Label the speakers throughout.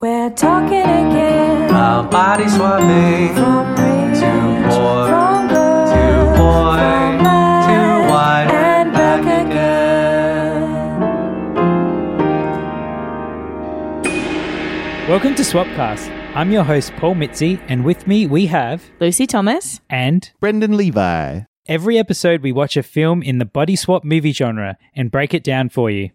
Speaker 1: We're talking again.
Speaker 2: My body swapping
Speaker 1: From rich
Speaker 2: to poor,
Speaker 1: from good,
Speaker 2: to boy,
Speaker 1: from bad,
Speaker 2: to white,
Speaker 1: and back
Speaker 2: again.
Speaker 3: Welcome to Swapcast. I'm your host, Paul Mitzi, and with me we have
Speaker 4: Lucy Thomas.
Speaker 3: and
Speaker 5: Brendan Levi.
Speaker 3: every episode we watch a film in the body swap movie genre and break it down for you.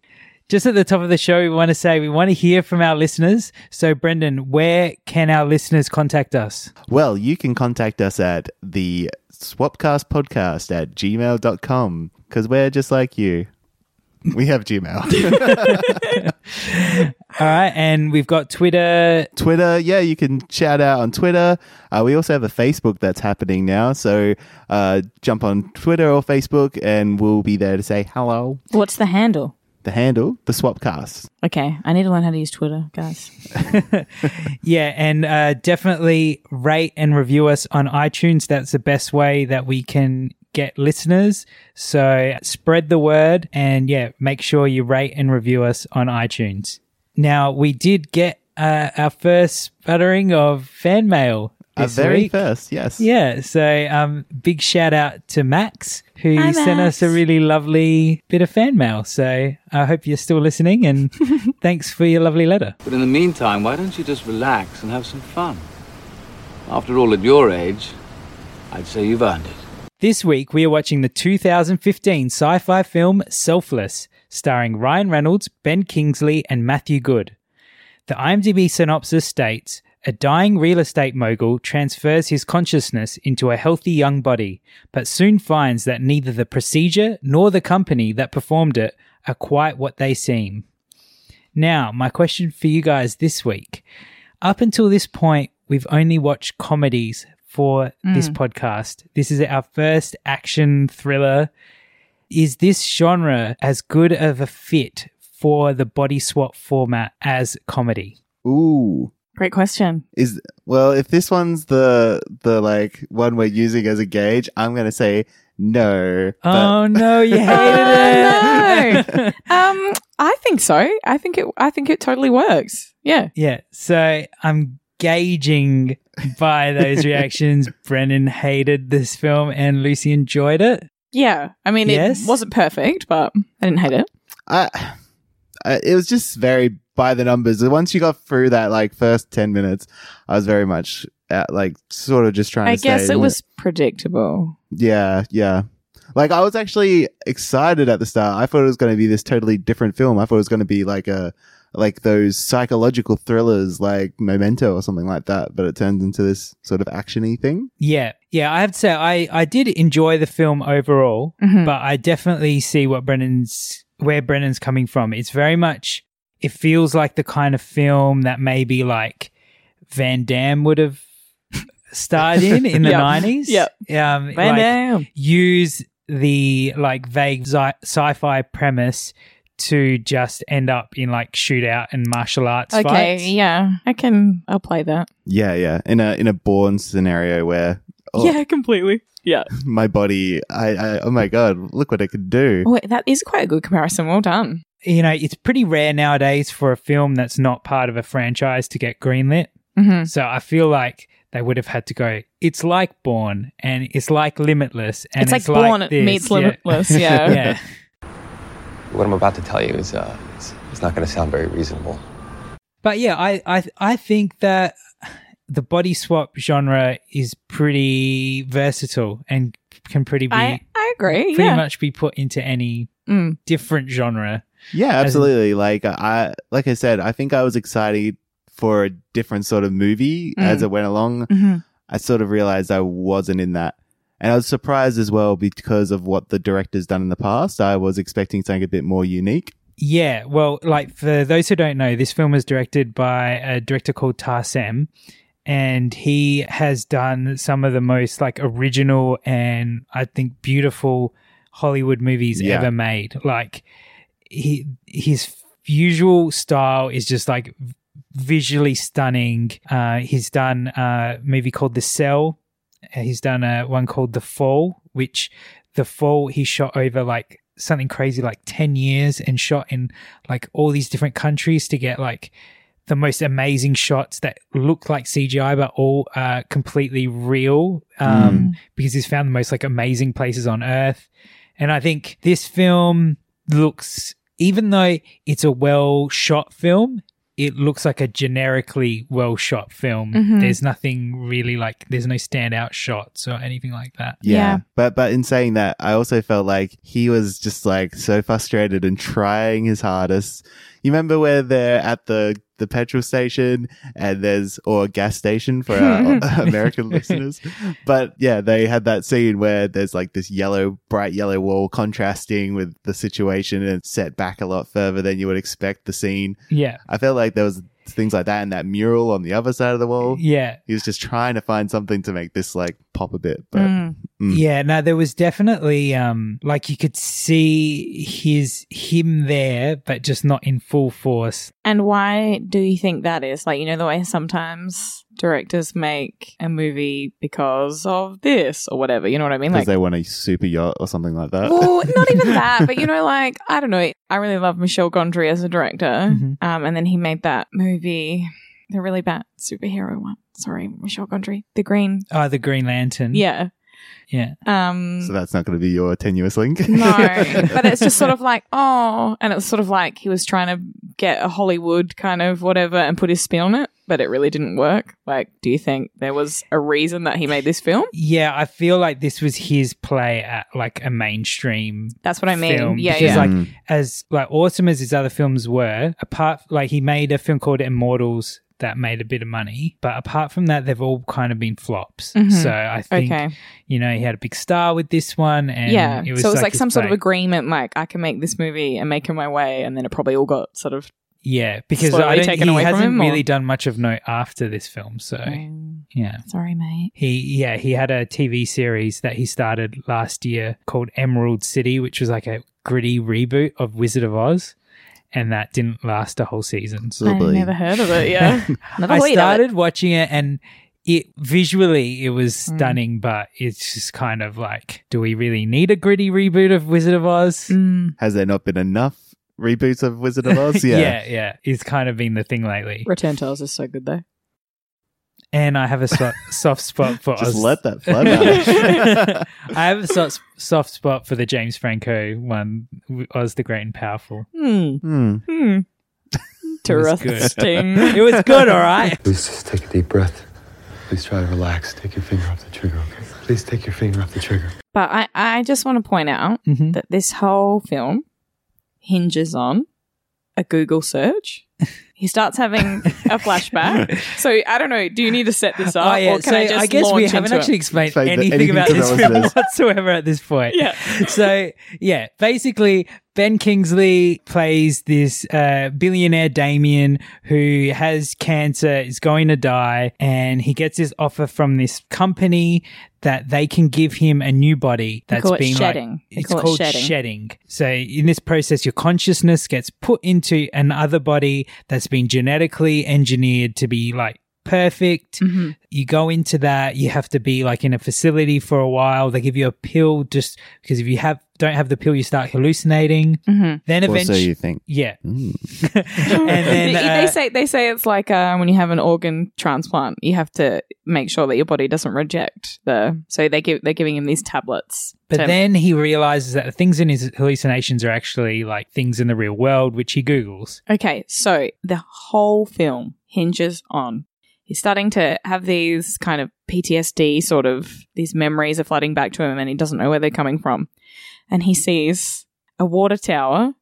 Speaker 3: Just at the top of the show, we want to say we want to hear from our listeners. So, Brendan, where can our listeners contact us?
Speaker 5: Well, you can contact us at the swapcast podcast at gmail.com because we're just like you. We have Gmail.
Speaker 3: All right, and we've got Twitter.
Speaker 5: Twitter, yeah, you can shout out on Twitter. Uh, we also have a Facebook that's happening now. So uh, jump on Twitter or Facebook and we'll be there to say hello.
Speaker 4: What's the handle?
Speaker 5: The handle, the swapcast.
Speaker 4: Okay, I need to learn how to use Twitter, guys.
Speaker 3: Yeah, and uh, definitely rate and review us on iTunes. That's the best way that we can get listeners. So, spread the word and yeah, make sure you rate and review us on iTunes. Now, we did get uh, our first sputtering of fan mail.
Speaker 5: Our
Speaker 3: this
Speaker 5: Uh, very
Speaker 3: week.
Speaker 5: first, yes.
Speaker 3: Yeah, so um, big shout out to Max who
Speaker 4: Hi,
Speaker 3: sent
Speaker 4: Max.
Speaker 3: us a really lovely bit of fan mail. So I hope you're still listening, and thanks for your lovely letter.
Speaker 6: But in the meantime, why don't you just relax and have some fun? After all, at your age, I'd say you've earned it.
Speaker 3: This week, we are watching the 2015 sci fi film Selfless, starring Ryan Reynolds, Ben Kingsley, and Matthew Good. The IMDb synopsis states A dying real estate mogul transfers his consciousness into a healthy young body, but soon finds that neither the procedure nor the company that performed it are quite what they seem. Now, my question for you guys this week. Up until this point, we've only watched comedies for this podcast. This is our first action thriller. Is this genre as good of a fit for the body swap format as comedy?
Speaker 5: Ooh.
Speaker 4: Great question.
Speaker 5: Is well, if this one's the the like one we're using as a gauge, I'm gonna say no. but-
Speaker 3: oh no, you hated it.
Speaker 4: Oh, Um, I think so. I think it. I think it totally works. Yeah.
Speaker 3: yeah, so I'm gauging by those reactions. Brennan hated this film and Lucy enjoyed it.
Speaker 4: Yeah. I mean,
Speaker 3: Yes.
Speaker 4: it wasn't perfect, but I didn't hate it.
Speaker 5: I, I it was just very by the numbers. Once you got through that like first ten minutes, I was very much at, like sort of just trying.
Speaker 4: I
Speaker 5: to stay
Speaker 4: guess
Speaker 5: in
Speaker 4: it was predictable.
Speaker 5: Yeah, yeah. Like I was actually excited at the start. I thought it was going to be this totally different film. I thought it was going to be like a like those psychological thrillers, like Memento or something like that. But it turns into this sort of actiony thing.
Speaker 3: Yeah, yeah. I have to say, I I did enjoy the film overall,
Speaker 4: Mhm.
Speaker 3: but I definitely see what Brennan's where Brennan's coming from. It's very much. It feels like the kind of film that maybe like Van Damme would have starred in in the
Speaker 4: Yep.
Speaker 3: nineties.
Speaker 4: Yep.
Speaker 3: Um,
Speaker 4: Van
Speaker 3: like,
Speaker 4: Damme.
Speaker 3: use the like vague sci- sci-fi premise to just end up in like shootout and martial arts.
Speaker 4: Okay.
Speaker 3: fights.
Speaker 4: Yeah. I can. I'll play that.
Speaker 5: Yeah, yeah. In a in a born scenario where oh,
Speaker 4: Yeah. Completely. Yeah.
Speaker 5: my body, I, I oh my god, look what it could do.
Speaker 4: Wait, that is quite a good comparison. Well done.
Speaker 3: you know, it's pretty rare nowadays for a film that's not part of a franchise to get greenlit.
Speaker 4: Mhm.
Speaker 3: So I feel like they would have had to go, it's like Born and it's like Limitless. And
Speaker 4: it's
Speaker 3: it's,
Speaker 4: like Born
Speaker 3: this.
Speaker 4: meets
Speaker 3: Yeah.
Speaker 4: Limitless. Yeah.
Speaker 3: yeah.
Speaker 7: What I'm about to tell you is, uh, it's, it's not going to sound very reasonable.
Speaker 3: But yeah, I, I, I think that the body swap genre is pretty versatile and can pretty be,
Speaker 4: I, I agree.
Speaker 3: pretty
Speaker 4: yeah.
Speaker 3: much be put into any
Speaker 4: Mm.
Speaker 3: different genre.
Speaker 5: Yeah,
Speaker 3: As in-
Speaker 5: absolutely. Like I, like I said, I think I was excited for a different sort of movie as
Speaker 3: Mm.
Speaker 5: it went along.
Speaker 4: Mhm.
Speaker 5: I sort of realized I wasn't in that, and I was surprised as well because of what the director's done in the past. I was expecting something a bit more unique.
Speaker 3: Yeah, well, like for those who don't know, this film was directed by a director called Tarsem, and he has done some of the most like original and I think beautiful Hollywood movies
Speaker 5: Yeah.
Speaker 3: ever made. Like he his usual style is just like v- visually stunning. Uh, he's done uh, a movie called The Cell. Uh, He's done a one called The Fall, which The Fall he shot over like something crazy like 10 years and shot in like all these different countries to get like the most amazing shots that look like CGI but all uh, completely real um, because he's found the most like amazing places on earth. And I think this film looks, even though it's a well shot film, it looks like a generically well shot film. There's nothing really like, there's no standout shots or anything like that.
Speaker 5: Yeah.
Speaker 4: Yeah.
Speaker 5: But but in saying that, I also felt like he was just like so frustrated and trying his hardest. You remember where they're at the the petrol station and there's or gas station for our uh, American listeners. But yeah, they had that scene where there's like this yellow bright yellow wall contrasting with the situation and it's set back a lot further than you would expect the scene.
Speaker 3: Yeah.
Speaker 5: I felt like there was things like that and that mural on the other side of the wall.
Speaker 3: Yeah.
Speaker 5: He was just trying to find something to make this like pop a bit, but Mm.
Speaker 3: Yeah, no, there was definitely um like you could see his him there, but just not in full force.
Speaker 4: And why do you think that is? Like, you know, the way sometimes directors make a movie because of this or whatever. You know what I mean?
Speaker 5: because
Speaker 4: Like,
Speaker 5: they want a super yacht or something like that.
Speaker 4: well, not even that, but you know, like, I don't know. I really love Michel Gondry as a director.
Speaker 3: Mhm.
Speaker 4: Um, and then he made that movie, the really bad superhero one. Sorry, Michel Gondry. The Green.
Speaker 3: Oh, the Green Lantern.
Speaker 4: Yeah.
Speaker 3: yeah,
Speaker 4: Um,
Speaker 5: so that's not going to be your tenuous link.
Speaker 4: no, but it's just sort of like, oh, and it's sort of like he was trying to get a Hollywood kind of whatever and put his spin on it, but it really didn't work. Like, do you think there was a reason that he made this film?
Speaker 3: yeah. I feel like this was his play at like a mainstream.
Speaker 4: That's what I mean.
Speaker 3: Film,
Speaker 4: yeah,
Speaker 3: because,
Speaker 4: yeah.
Speaker 3: Like
Speaker 5: Mm.
Speaker 3: as like awesome as his other films were, apart like he made a film called Immortals that made a bit of money, but apart from that, they've all kind of been flops.
Speaker 4: Mhm.
Speaker 3: So I think
Speaker 4: okay.
Speaker 3: you know he had a big star with this one, and
Speaker 4: Yeah.
Speaker 3: it was
Speaker 4: so it was like
Speaker 3: his
Speaker 4: some sort of
Speaker 3: play.
Speaker 4: agreement, like, I can make this movie and make it my way. And then it probably all got sort of.
Speaker 3: Yeah, because
Speaker 4: Slowly
Speaker 3: I don't,
Speaker 4: taken
Speaker 3: he
Speaker 4: away from
Speaker 3: hasn't
Speaker 4: him, or-
Speaker 3: really done much of note after this film. So
Speaker 4: Mm,
Speaker 3: yeah,
Speaker 4: sorry, mate.
Speaker 3: he yeah he had a TV series that he started last year called Emerald City, which was like a gritty reboot of Wizard of Oz, and that didn't last a whole season. So
Speaker 4: I've never heard of it. Yeah. Never
Speaker 3: I
Speaker 4: heard of it.
Speaker 3: started watching it and. It visually it was
Speaker 4: Mm.
Speaker 3: stunning, but it's just kind of like, do we really need a gritty reboot of Wizard of Oz?
Speaker 4: Mm,
Speaker 5: Has there not been enough reboots of Wizard of Oz? Yeah.
Speaker 3: yeah, yeah. It's kind of been the thing lately.
Speaker 4: Return to Oz is so good, though.
Speaker 3: And I have a so- soft spot for
Speaker 5: Just
Speaker 3: Oz.
Speaker 5: let that flood out.
Speaker 3: I have a soft, soft spot for the James Franco one, Oz the Great and Powerful.
Speaker 4: Hmm.
Speaker 5: Hmm.
Speaker 4: Hmm.
Speaker 3: was good.
Speaker 4: Interesting.
Speaker 3: It was good, all right.
Speaker 7: Please just take a deep breath. Please try to relax. Take your finger off the trigger, okay? Please take your finger off the trigger.
Speaker 4: But I, I just want to point out
Speaker 3: Mhm.
Speaker 4: that this whole film hinges on a Google search. He starts having a flashback. So I don't know. Do you need to set this up,
Speaker 3: Oh, yeah.
Speaker 4: or can
Speaker 3: so
Speaker 4: I just
Speaker 3: guess
Speaker 4: launch
Speaker 3: we haven't
Speaker 4: into
Speaker 3: actually
Speaker 4: It?
Speaker 3: explained
Speaker 5: Explain
Speaker 3: anything,
Speaker 5: anything
Speaker 3: about
Speaker 5: to
Speaker 3: this
Speaker 5: the
Speaker 3: film
Speaker 5: listeners.
Speaker 3: whatsoever at this point.
Speaker 4: Yeah.
Speaker 3: So, yeah, basically, Ben Kingsley plays this uh, billionaire Damien who has cancer, is going to die, and he gets this offer from this company that they can give him a new body that's
Speaker 4: call it
Speaker 3: been
Speaker 4: shedding.
Speaker 3: Like,
Speaker 4: They
Speaker 3: it's
Speaker 4: call it
Speaker 3: called
Speaker 4: shedding.
Speaker 3: shedding. So in this process, your consciousness gets put into another body that's been genetically engineered to be like perfect.
Speaker 4: Mm-hmm.
Speaker 3: You go into that, you have to be like in a facility for a while. They give you a pill just because if you have don't have the pill, you start hallucinating. Then
Speaker 5: Or so
Speaker 3: eventually,
Speaker 5: you think. Mm.
Speaker 3: yeah, and
Speaker 4: Mm-hmm. they,
Speaker 3: then uh,
Speaker 4: they say they say it's like uh, when you have an organ transplant, you have to make sure that your body doesn't reject the. So they give they're giving him these tablets.
Speaker 3: But
Speaker 4: to-
Speaker 3: then he realizes that the things in his hallucinations are actually like things in the real world, which he Googles.
Speaker 4: Okay, so the whole film hinges on he's starting to have these kind of PTSD sort of these memories are flooding back to him and he doesn't know where they're coming from. And he sees a water tower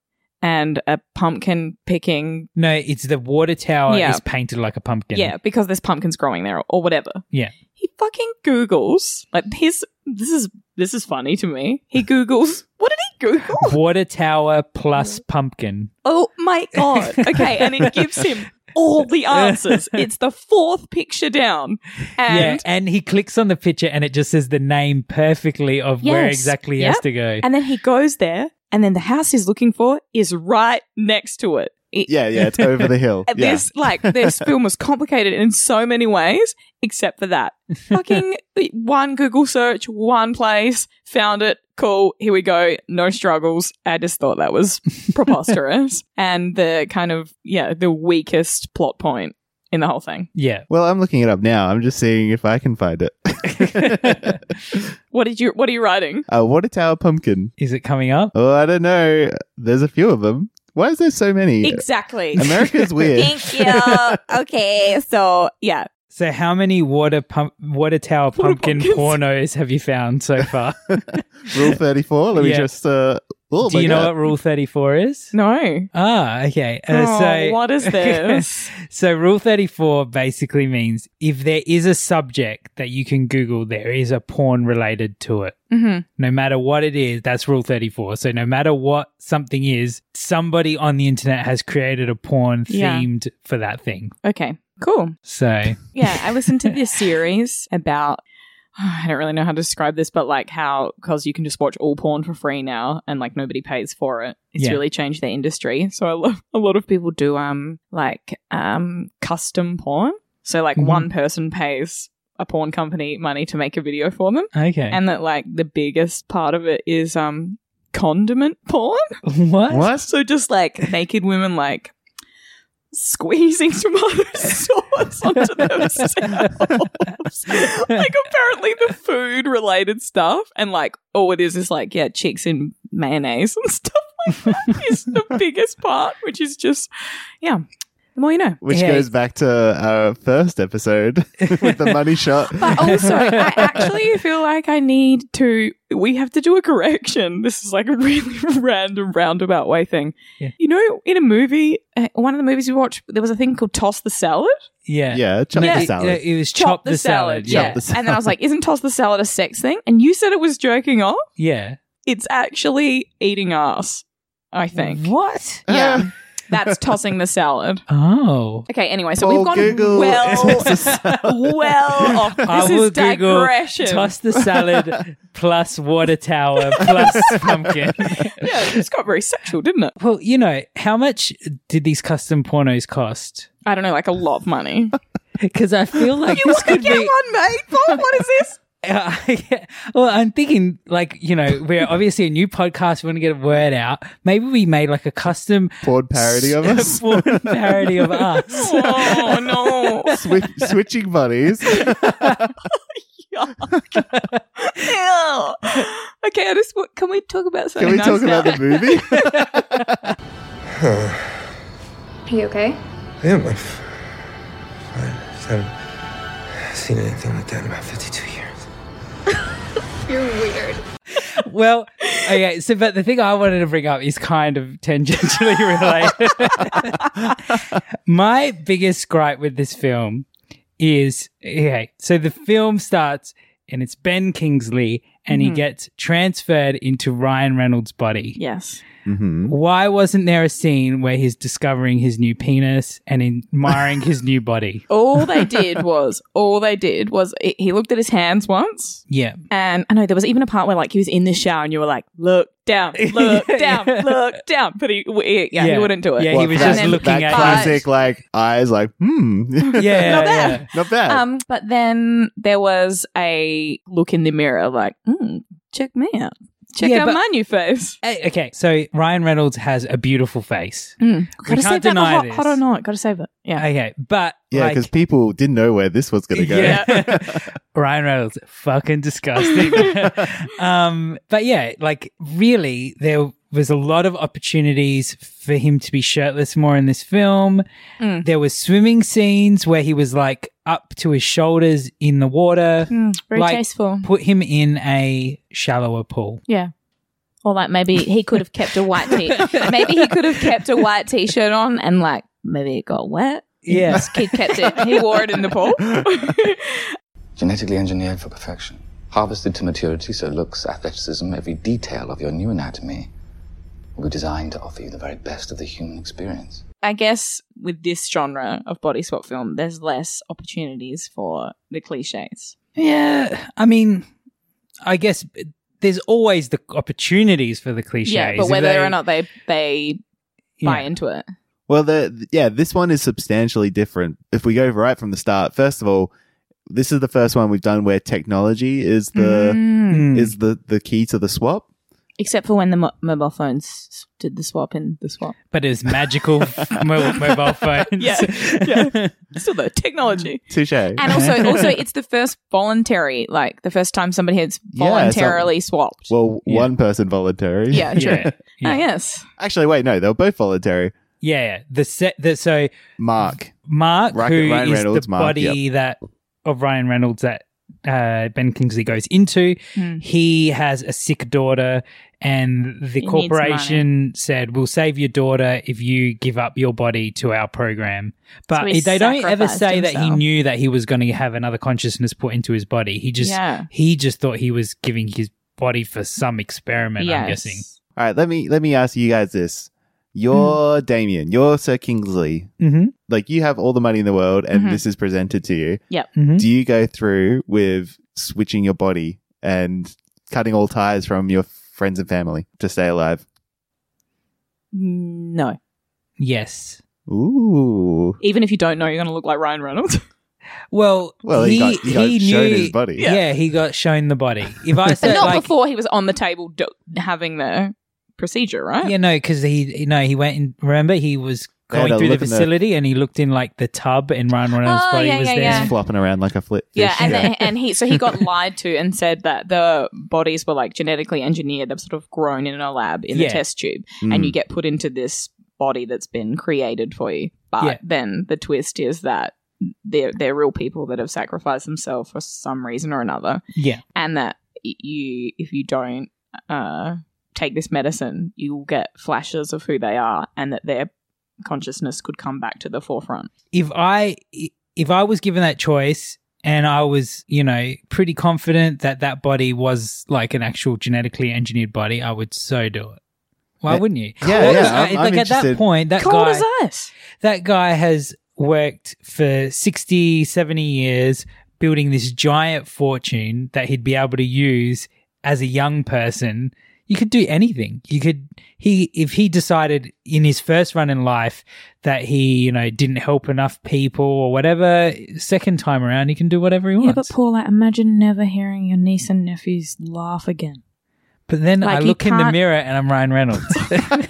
Speaker 4: and a pumpkin picking
Speaker 3: No, it's the water tower
Speaker 4: Yeah.
Speaker 3: is painted like a pumpkin.
Speaker 4: yeah, because there's pumpkins growing there or whatever.
Speaker 3: Yeah.
Speaker 4: He fucking Googles like his this is this is funny to me. He Googles, what did he Google?
Speaker 3: Water tower plus pumpkin.
Speaker 4: Oh my God. Okay. And it gives him all the answers. It's the fourth picture down.
Speaker 3: yeah,
Speaker 4: And
Speaker 3: and he clicks on the picture and it just says the name perfectly of where
Speaker 4: Yes.
Speaker 3: exactly he has
Speaker 4: Yep.
Speaker 3: to go.
Speaker 4: And then he goes there, and then the house he's looking for is right next to it. It-
Speaker 5: Yeah, yeah, it's over the hill.
Speaker 4: and
Speaker 5: Yeah.
Speaker 4: This like this film was complicated in so many ways, except for that. Fucking one Google search, one place, found it. Cool. Here we go. No struggles. I just thought that was preposterous and the kind of yeah the weakest plot point in the whole thing.
Speaker 3: yeah.
Speaker 5: Well, I'm looking it up now. I'm just seeing if I can find it.
Speaker 4: What did you? What are you writing?
Speaker 5: Uh, A water tower pumpkin.
Speaker 3: Is it coming up?
Speaker 5: Oh, I don't know. There's a few of them. Why is there so many?
Speaker 4: Exactly.
Speaker 5: America's weird.
Speaker 4: you. okay. So yeah,
Speaker 3: So how many water pump water tower pumpkin
Speaker 4: pumpkins.
Speaker 3: pornos have you found so far?
Speaker 5: Rule 34. Let me
Speaker 3: Yeah.
Speaker 5: just. Uh, oh,
Speaker 3: Do
Speaker 5: my
Speaker 3: you know
Speaker 5: God.
Speaker 3: what rule 34 is?
Speaker 4: no.
Speaker 3: Ah, okay. Uh,
Speaker 4: Oh,
Speaker 3: so
Speaker 4: what is this?
Speaker 3: so rule 34 basically means if there is a subject that you can google there is a porn related to it.
Speaker 4: mm-hmm.
Speaker 3: No matter what it is, that's rule 34. So no matter what something is, somebody on the internet has created a porn
Speaker 4: Yeah.
Speaker 3: themed for that thing.
Speaker 4: Okay, cool.
Speaker 3: So
Speaker 4: Yeah, I listened to this series about. I don't really know how to describe this, but like how because you can just watch all porn for free now, and like nobody pays for it. It's
Speaker 3: Yeah.
Speaker 4: really changed the industry. So a lot, a lot of people do um like um custom porn. So like
Speaker 3: Mhm.
Speaker 4: one person pays a porn company money to make a video for them,
Speaker 3: okay.
Speaker 4: and that like the biggest part of it is um condiment porn.
Speaker 3: what?
Speaker 5: What?
Speaker 4: So just like naked women like squeezing tomato sauce onto themselves. like apparently the food related stuff and like all it is is like yeah chicks in mayonnaise and stuff like that is the biggest part, which is just yeah. The more you know.
Speaker 5: Which
Speaker 3: Yeah.
Speaker 5: goes back to our first episode with the money shot.
Speaker 4: But also, Oh, I actually feel like I need to. We have to do a correction. This is like a really random roundabout way thing.
Speaker 3: Yeah.
Speaker 4: You know, in a movie, uh, one of the movies we watched, there was a thing called Toss the Salad.
Speaker 3: Yeah.
Speaker 5: yeah, chop
Speaker 4: Yeah.
Speaker 5: the salad.
Speaker 3: It, it was chop, the, salad.
Speaker 5: yeah.
Speaker 3: Yeah.
Speaker 5: Chop the
Speaker 4: And then I was like, isn't Toss the Salad a sex thing? And you said it was jerking off.
Speaker 3: Yeah.
Speaker 4: It's actually eating ass, I think.
Speaker 3: What?
Speaker 4: Yeah. That's tossing the salad.
Speaker 3: Oh.
Speaker 4: Okay, anyway, so
Speaker 5: Paul
Speaker 4: we've gone
Speaker 5: Google
Speaker 4: well,
Speaker 5: tosses the
Speaker 4: well off. This
Speaker 3: I will
Speaker 4: is
Speaker 3: Google
Speaker 4: digression.
Speaker 3: toss the salad plus water tower plus pumpkin.
Speaker 4: yeah, it's got very sexual, didn't it?
Speaker 3: Well, you know, how much did these custom pornos cost?
Speaker 4: I don't know, like a lot of money.
Speaker 3: Because I feel like this could be.
Speaker 4: one made, Paul? What is this?
Speaker 3: Uh, yeah. Well, I'm thinking like you know we're obviously a new podcast. We want to get a word out. Maybe we made like a custom
Speaker 5: Poured parody of us.
Speaker 3: porn parody of us.
Speaker 4: Oh no!
Speaker 5: Swi switching bodies.
Speaker 4: Ew. Okay, I just what, can we talk about something?
Speaker 5: Can we
Speaker 4: nice
Speaker 5: talk
Speaker 4: now?
Speaker 5: about the movie?
Speaker 8: Are you okay?
Speaker 7: Yeah, I'm fine. I just haven't seen anything like that in about 52 years.
Speaker 8: You're weird.
Speaker 3: Well, okay. So, but the thing I wanted to bring up is kind of tangentially related. My biggest gripe with this film is okay. So the film starts and it's Ben Kingsley and he gets transferred into Ryan Reynolds' body.
Speaker 4: Yes.
Speaker 5: mm-hmm.
Speaker 4: Hmm?
Speaker 3: Why wasn't there a scene where he's discovering his new penis and admiring his new body?
Speaker 4: All they did was all they did was i he looked at his hands once,
Speaker 3: Yeah.
Speaker 4: and I know there was even a part where like he was in the shower, and you were like, "Look down, look down, look down," but he, w- yeah,
Speaker 3: Yeah.
Speaker 4: he wouldn't do it.
Speaker 3: Yeah, he was
Speaker 4: And
Speaker 3: just
Speaker 4: then-
Speaker 3: looking
Speaker 5: that
Speaker 3: at
Speaker 4: you.
Speaker 5: classic, like eyes, like hmm,
Speaker 4: Not
Speaker 3: Yeah.
Speaker 4: bad.
Speaker 3: yeah.
Speaker 5: not bad.
Speaker 4: Um, but then there was a look in the mirror, like, mm, check me out, check
Speaker 3: Yeah,
Speaker 4: out
Speaker 3: but-
Speaker 4: my new face.
Speaker 3: Eh, Okay, so Ryan Reynolds has a beautiful face.
Speaker 4: Mm. Gotta
Speaker 3: can't
Speaker 4: save that for
Speaker 3: deny
Speaker 4: hot,
Speaker 3: this.
Speaker 4: hot or not. Gotta save it. Yeah.
Speaker 3: Okay, but
Speaker 5: yeah,
Speaker 3: like,
Speaker 5: because people didn't know where this was going to go.
Speaker 3: Yeah. Ryan Reynolds, fucking disgusting. um, but yeah, like really, there was a lot of opportunities for him to be shirtless more in this film.
Speaker 4: Mm.
Speaker 3: There was swimming scenes where he was like up to his shoulders in the water.
Speaker 4: Mm, very
Speaker 3: Like-
Speaker 4: tasteful.
Speaker 3: Put him in a shallower pool.
Speaker 4: Yeah. Or like maybe he could have kept a white t. maybe he could have kept a white t-shirt on and like maybe it got wet.
Speaker 3: Yeah.
Speaker 4: This kid kept it. He wore it in the pool.
Speaker 7: Genetically engineered for perfection.
Speaker 9: Harvested to maturity, so looks, athleticism, every detail of your new anatomy will be designed to offer you the very best of the human experience.
Speaker 4: I guess with this genre of body swap film, there's less opportunities for the cliches.
Speaker 3: Yeah, I mean, I guess there's always the opportunities for the cliches.
Speaker 4: Yeah, but
Speaker 3: If
Speaker 4: whether
Speaker 3: they-
Speaker 4: or not they they buy
Speaker 3: Yeah.
Speaker 4: into it.
Speaker 5: Well, the yeah, this one is substantially different. If we go right from the start, first of all, this is the first one we've done where technology is
Speaker 3: Mm-hmm.
Speaker 5: the
Speaker 4: Mm.
Speaker 5: is the the key to the swap.
Speaker 4: Except for when the mo- mobile phones s- did the swap in the swap.
Speaker 3: but it's magical mo- mobile phones.
Speaker 4: Yeah, yeah. Still the technology.
Speaker 5: Touche.
Speaker 4: And also, also, it's the first voluntary, like the first time somebody has
Speaker 5: Yeah, it's a-
Speaker 4: voluntarily swapped.
Speaker 5: well, one person voluntary.
Speaker 4: Yeah, true.
Speaker 3: yeah,
Speaker 4: Ah,
Speaker 3: yeah.
Speaker 4: yes.
Speaker 5: Actually, wait, no, they were both voluntary.
Speaker 3: yeah. The set that so
Speaker 5: Mark.
Speaker 3: Mark, who
Speaker 5: Rocket
Speaker 3: is
Speaker 5: Ryan Reynolds,
Speaker 3: the
Speaker 5: Mark,
Speaker 3: body
Speaker 5: yep.
Speaker 3: that of Ryan Reynolds that uh, Ben Kingsley goes into,
Speaker 4: Hmm.
Speaker 3: Mm. he has a sick daughter, and the
Speaker 4: He needs
Speaker 3: corporation said, "We'll save your daughter if you give up your body to our program." But
Speaker 4: So he
Speaker 3: they don't ever
Speaker 4: sacrificed
Speaker 3: say that he
Speaker 4: himself.
Speaker 3: knew that he was going to have another consciousness put into his body. He just
Speaker 4: Yeah.
Speaker 3: he just thought he was giving his body for some experiment. I'm guessing.
Speaker 5: All right, let me let me ask you guys this. You're
Speaker 4: Hmm.
Speaker 5: Damien, you're Sir Kingsley.
Speaker 3: Mm-hmm.
Speaker 5: Like you have all the money in the world and
Speaker 4: Mhm.
Speaker 5: this is presented to you.
Speaker 4: Yep.
Speaker 3: Mhm.
Speaker 5: Do you go through with switching your body and cutting all ties from your friends and family to stay alive?
Speaker 4: Mm, No.
Speaker 3: Yes.
Speaker 5: Ooh.
Speaker 4: Even if you don't know, you're going to look like Ryan Reynolds.
Speaker 3: Well,
Speaker 5: Well, he
Speaker 3: he
Speaker 5: got- he got shown his body.
Speaker 3: Yeah. he got shown the body. If I
Speaker 4: And
Speaker 3: said
Speaker 4: not
Speaker 3: like,
Speaker 4: before he was on the table do- having the procedure, right?
Speaker 3: yeah, no, because he you know he went in. Remember, he was
Speaker 5: They had
Speaker 3: going
Speaker 5: a
Speaker 3: through the
Speaker 5: look in the-
Speaker 3: facility and he looked in like the tub, and Ryan Reynolds'
Speaker 4: Oh,
Speaker 3: body
Speaker 4: yeah,
Speaker 3: was
Speaker 4: yeah,
Speaker 3: there.
Speaker 4: yeah.
Speaker 5: Flopping around like a flip.
Speaker 4: Yeah,
Speaker 5: fish.
Speaker 4: and then- and he so he got lied to and said that the bodies were like genetically engineered, they've sort of grown in a lab in
Speaker 3: Yeah.
Speaker 4: the test tube,
Speaker 5: Mm.
Speaker 3: Hmm.
Speaker 4: and you get put into this body that's been created for you. But
Speaker 3: Yeah.
Speaker 4: then the twist is that they're they're real people that have sacrificed themselves for some reason or another,
Speaker 3: Yeah,
Speaker 4: and that y- you if you don't uh, take this medicine, you will get flashes of who they are, and that their consciousness could come back to the forefront.
Speaker 3: if I if I was given that choice and I was you know pretty confident that that body was like an actual genetically engineered body, I would so do it. Why
Speaker 5: Uh,
Speaker 3: wouldn't you?
Speaker 5: yeah,
Speaker 3: What
Speaker 5: yeah,
Speaker 3: was-
Speaker 5: I'm- I'm
Speaker 3: like at that
Speaker 5: interested.
Speaker 3: point, that
Speaker 4: Cold
Speaker 3: guy
Speaker 4: as ice.
Speaker 3: that guy has worked for 60, 70 years building this giant fortune that he'd be able to use as a young person. You could do anything. You could he if he decided in his first run in life that he, you know, didn't help enough people or whatever, second time around he can do whatever he
Speaker 4: Yeah,
Speaker 3: wants.
Speaker 4: but Paula, imagine never hearing your niece and nephews laugh again.
Speaker 3: But then
Speaker 4: Like,
Speaker 3: I
Speaker 4: you
Speaker 3: look in the
Speaker 4: can't-
Speaker 3: mirror and I'm Ryan Reynolds.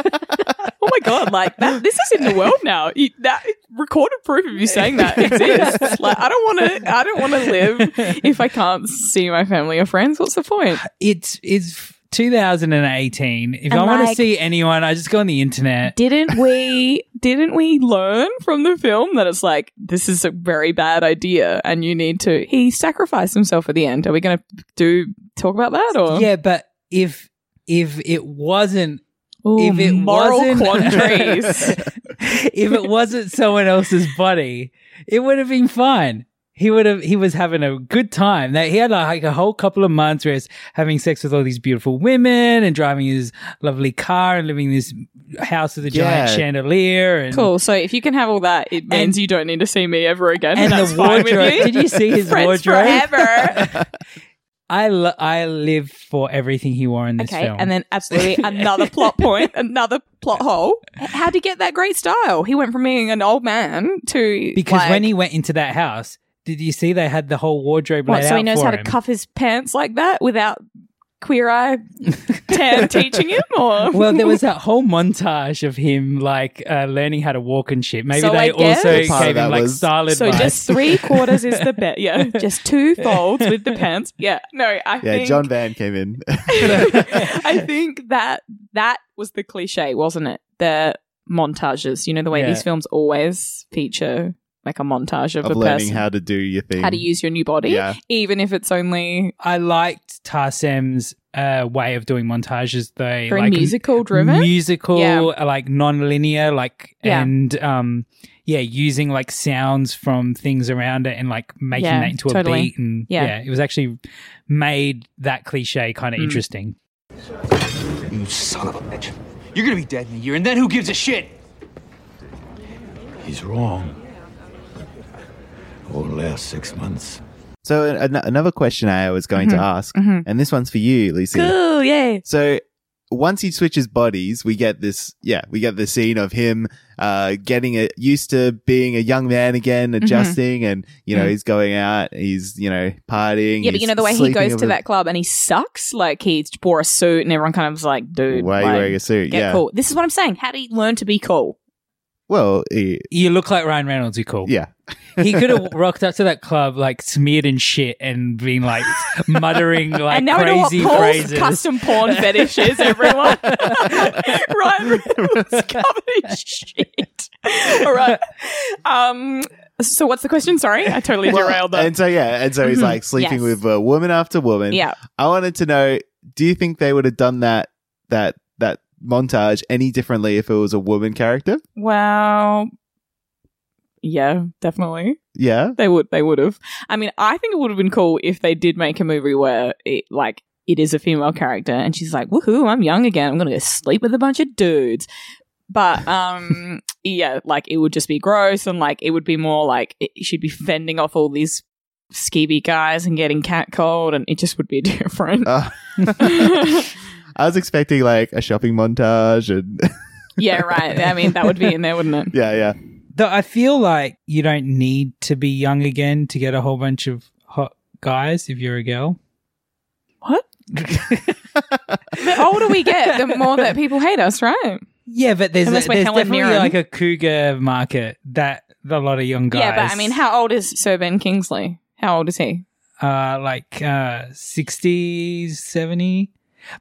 Speaker 4: Oh my god! Like that, this is in the world now. You, that recorded proof of you saying that exists. Like I don't want to. I don't want to live if I can't see my family or friends. What's the point?
Speaker 3: it's it's 2018. If
Speaker 4: And,
Speaker 3: I want to
Speaker 4: like-
Speaker 3: see anyone, I just go on the internet.
Speaker 4: Didn't we? Didn't we learn from the film that it's like this is a very bad idea, and you need to? He sacrificed himself at the end. Are we going to do talk about that or
Speaker 3: Yeah, but if if it wasn't
Speaker 4: Ooh,
Speaker 3: if it
Speaker 4: moral
Speaker 3: wasn't
Speaker 4: quandaries?
Speaker 3: if it wasn't someone else's body, it would have been fine. He would have he was having a good time. That he had like a whole couple of months where he's having sex with all these beautiful women and driving his lovely car and living in this house with a giant
Speaker 5: Yeah.
Speaker 3: chandelier and
Speaker 4: Cool. So if you can have all that, it means
Speaker 3: And-
Speaker 4: you don't need to see me ever again.
Speaker 3: and
Speaker 4: That's
Speaker 3: the
Speaker 4: fine with
Speaker 3: wardrobe.
Speaker 4: you.
Speaker 3: Did you see his
Speaker 4: Friends
Speaker 3: wardrobe?
Speaker 4: forever.
Speaker 3: I lo- I live for everything he wore in this
Speaker 4: okay,
Speaker 3: film.
Speaker 4: and then absolutely another plot point, another plot hole. How'd he get that great style? He went from being an old man to
Speaker 3: because
Speaker 4: like-
Speaker 3: when he went into that house, did you see they had the whole wardrobe
Speaker 4: what,
Speaker 3: laid
Speaker 4: so he
Speaker 3: out
Speaker 4: knows
Speaker 3: for
Speaker 4: how
Speaker 3: him?
Speaker 4: to cuff his pants like that without queer eye Tam teaching him, or
Speaker 3: well, there was that whole montage of him like uh, learning how to walk and shit. Maybe
Speaker 4: So I
Speaker 3: they
Speaker 4: guess-
Speaker 3: also
Speaker 5: Part of
Speaker 3: gave
Speaker 5: that
Speaker 3: him like
Speaker 5: was-
Speaker 3: style advice.
Speaker 4: so just three quarters is the bet. Yeah, just two folds with the pants. Yeah, no, I
Speaker 5: yeah,
Speaker 4: think
Speaker 5: John Van came in.
Speaker 4: I think that that was the cliche, wasn't it? The montages. You know, the way
Speaker 3: Yeah.
Speaker 4: these films always feature like a montage of, a
Speaker 5: of learning
Speaker 4: person.
Speaker 5: how to do your thing.
Speaker 4: how to use your new body,
Speaker 5: Yeah.
Speaker 4: even if it's only
Speaker 3: I liked Tarsem's uh, way of doing montages. They
Speaker 4: Very
Speaker 3: like,
Speaker 4: musical driven?
Speaker 3: musical,
Speaker 4: Yeah.
Speaker 3: like non-linear, like
Speaker 4: Yeah.
Speaker 3: and um, yeah, using like sounds from things around it and like making
Speaker 4: Yeah,
Speaker 3: that into
Speaker 4: totally.
Speaker 3: a beat. And
Speaker 4: Yeah.
Speaker 3: it was actually made that cliche kind of
Speaker 10: Mm.
Speaker 3: interesting.
Speaker 10: You son of a bitch. You're gonna be dead in a year, and then who gives a shit? He's wrong. Over the last six months,
Speaker 5: So an- another question I was going
Speaker 10: Mhm,
Speaker 5: to ask,
Speaker 10: mhm.
Speaker 5: and this one's for you, Lucy.
Speaker 4: Mm-hmm. Cool, yay.
Speaker 5: So once he switches bodies, we get this. Yeah, we get the scene of him uh, getting a, used to being a young man again,
Speaker 4: Mm-hmm.
Speaker 5: adjusting, and you know
Speaker 4: Mhm.
Speaker 5: he's going out, he's you know partying.
Speaker 4: Yeah, but you
Speaker 5: he's
Speaker 4: know the way he
Speaker 5: sleeping
Speaker 4: goes to
Speaker 5: over-
Speaker 4: that club and he sucks. Like he wore a suit and everyone kind of was like, "Dude,
Speaker 5: Why are you
Speaker 4: like,
Speaker 5: wearing a suit?
Speaker 4: Get
Speaker 5: Yeah.
Speaker 4: cool." This is what I'm saying. How do you learn to be cool?
Speaker 5: Well, he,
Speaker 3: You look like Ryan Reynolds. You cool.
Speaker 5: Yeah.
Speaker 3: he could have rocked up to that club like smeared in shit and been like muttering like
Speaker 4: and now we know what
Speaker 3: crazy
Speaker 4: Paul's
Speaker 3: phrases.
Speaker 4: custom porn fetish is. Everyone, Ryan Reynolds covered in shit. All right. Um. So what's the question? Sorry, I totally
Speaker 5: Well,
Speaker 4: derailed that.
Speaker 5: And so yeah, and so he's
Speaker 4: Mhm.
Speaker 5: like sleeping
Speaker 4: Yes.
Speaker 5: with uh, woman after woman.
Speaker 4: Yeah.
Speaker 5: I wanted to know, do you think they would have done that that that montage any differently if it was a woman character?
Speaker 4: Well, yeah, definitely.
Speaker 5: Yeah.
Speaker 4: They would. They would have. I mean, I think it would have been cool if they did make a movie where it like it is a female character and she's like, "Woohoo! I'm young again. I'm gonna go sleep with a bunch of dudes." But um, yeah, like it would just be gross and like it would be more like it, she'd be fending off all these skeevy guys and getting catcalled, and it just would be different.
Speaker 5: I was expecting like a shopping montage and
Speaker 4: yeah, right. I mean, that would be in there, wouldn't it?
Speaker 5: yeah, yeah.
Speaker 3: Though I feel like you don't need to be young again to get a whole bunch of hot guys if you're a girl.
Speaker 4: What? The older we get, the more that people hate us, right?
Speaker 3: Yeah, but there's, a,
Speaker 4: Unless
Speaker 3: there's
Speaker 4: we're Helen
Speaker 3: definitely
Speaker 4: Mirren.
Speaker 3: like a cougar market that a lot of young guys.
Speaker 4: Yeah, but I mean, how old is Sir Ben Kingsley? How old is he?
Speaker 3: uh, like uh, 60s, 70.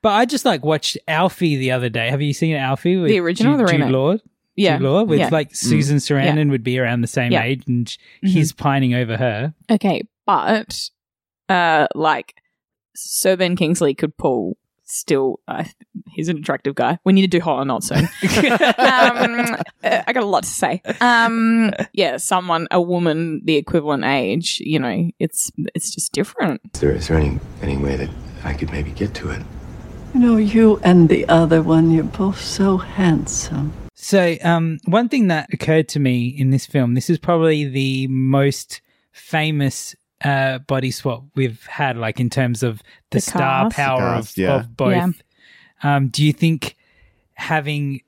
Speaker 3: But I just like watched Alfie the other day. Have you seen Alfie? With
Speaker 4: The original or
Speaker 3: Jude,
Speaker 4: the
Speaker 3: Jude
Speaker 4: remake?
Speaker 3: Law?
Speaker 4: Yeah.
Speaker 3: Jude Law with
Speaker 4: Yeah.
Speaker 3: like
Speaker 4: Mm.
Speaker 3: Susan Sarandon would be around the same
Speaker 4: Yeah. Mm-hmm.
Speaker 3: age and sh- he's pining over her.
Speaker 4: Okay, but uh, like Sir Ben Kingsley could pull. Still, uh, he's an attractive guy. We need to do hot or not soon. um, uh, I got a lot to say. Um, yeah, someone, a woman, the equivalent age. You know, it's it's just different.
Speaker 7: Is there, is there any, any way that I could maybe get to it?
Speaker 11: You know, you and the other one, you're both so handsome.
Speaker 3: So, um, one thing that occurred to me in this film, this is probably the most famous uh, body swap we've had, like in terms of the,
Speaker 4: The
Speaker 3: star
Speaker 4: cast.
Speaker 3: power
Speaker 4: The cast,
Speaker 3: of,
Speaker 4: yeah.
Speaker 3: of both.
Speaker 4: Yeah.
Speaker 3: Um, do you think having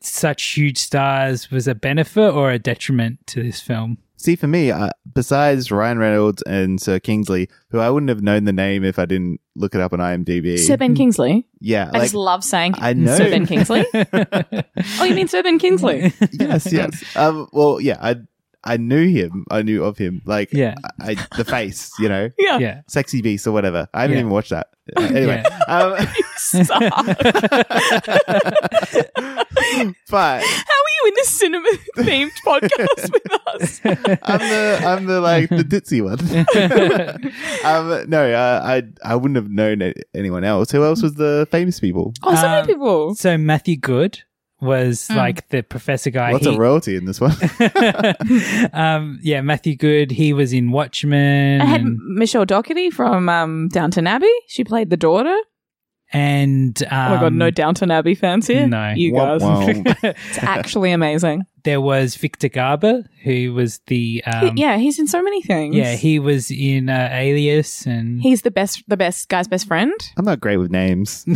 Speaker 3: such huge stars was a benefit or a detriment to this film?
Speaker 5: See, for me, uh, besides Ryan Reynolds and Sir Kingsley, who I wouldn't have known the name if I didn't look it up on IMDb.
Speaker 4: Sir Ben Kingsley.
Speaker 5: Yeah,
Speaker 4: I just love saying
Speaker 5: I know.
Speaker 4: Sir Ben Kingsley. oh, you mean Sir Ben Kingsley?
Speaker 5: yes, yes. Um, well, yeah, I I knew him. I knew of him. Like, yeah, I, I- the face, you know,
Speaker 4: Yeah. Yeah.
Speaker 5: sexy beast or whatever. I haven't
Speaker 3: Yeah.
Speaker 5: even watched that. Uh, anyway, um,
Speaker 4: How are
Speaker 5: but
Speaker 4: you in the cinema themed podcast with us?
Speaker 5: I'm the I'm the like the ditzy one. um, no, uh, I I wouldn't have known a- anyone else. Who else was the famous people?
Speaker 4: Oh, so many people.
Speaker 3: So, Matthew Good was
Speaker 4: Mm.
Speaker 3: like the professor guy.
Speaker 5: Lots
Speaker 3: He-
Speaker 5: of royalty in this one.
Speaker 3: um, yeah, Matthew Good. He was in Watchmen.
Speaker 4: I had
Speaker 3: and-
Speaker 4: Michelle Doherty from um, Downton Abbey. She played the daughter.
Speaker 3: And um,
Speaker 4: oh my god, no Downton Abbey fans here.
Speaker 3: no.
Speaker 4: you
Speaker 3: Womp
Speaker 4: guys.
Speaker 3: womp.
Speaker 4: it's actually amazing.
Speaker 3: there was Victor Garber, who was the um,
Speaker 4: yeah, he's in so many things.
Speaker 3: yeah, he was in uh, Alias and
Speaker 4: he's the best, the best guy's best friend.
Speaker 5: I'm not great with names.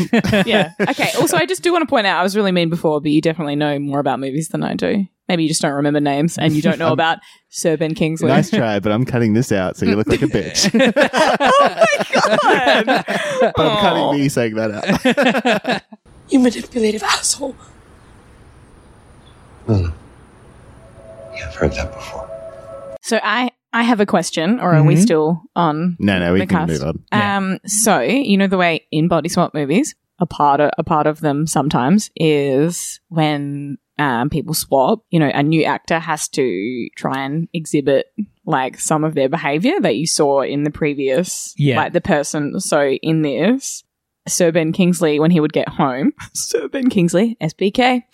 Speaker 4: yeah. Okay. Also, I just do want to point out I was really mean before, but you definitely know more about movies than I do. Maybe you just don't remember names and you don't know
Speaker 3: Um,
Speaker 5: I'm-
Speaker 4: about Sir Ben Kingsley.
Speaker 5: nice try, but I'm cutting this out, so you look like a
Speaker 4: Oh
Speaker 5: bitch. but I'm cutting me saying that out.
Speaker 12: You manipulative asshole.
Speaker 7: Hmm. Yeah, I've heard that before.
Speaker 4: So I I have a question, or are we
Speaker 5: Mhm.
Speaker 3: Mm-hmm.
Speaker 4: still on?
Speaker 5: No, no, we
Speaker 4: the
Speaker 5: can
Speaker 4: cast?
Speaker 5: move on.
Speaker 4: Um, so you know the way in body swap movies, a part of, a part of them sometimes is when um, people swap. You know, a new actor has to try and exhibit like some of their behavior that you saw in the previous,
Speaker 3: Yeah.
Speaker 4: like the person. So in this. Sir Ben Kingsley, when he would get home, Sir Ben Kingsley, SBK,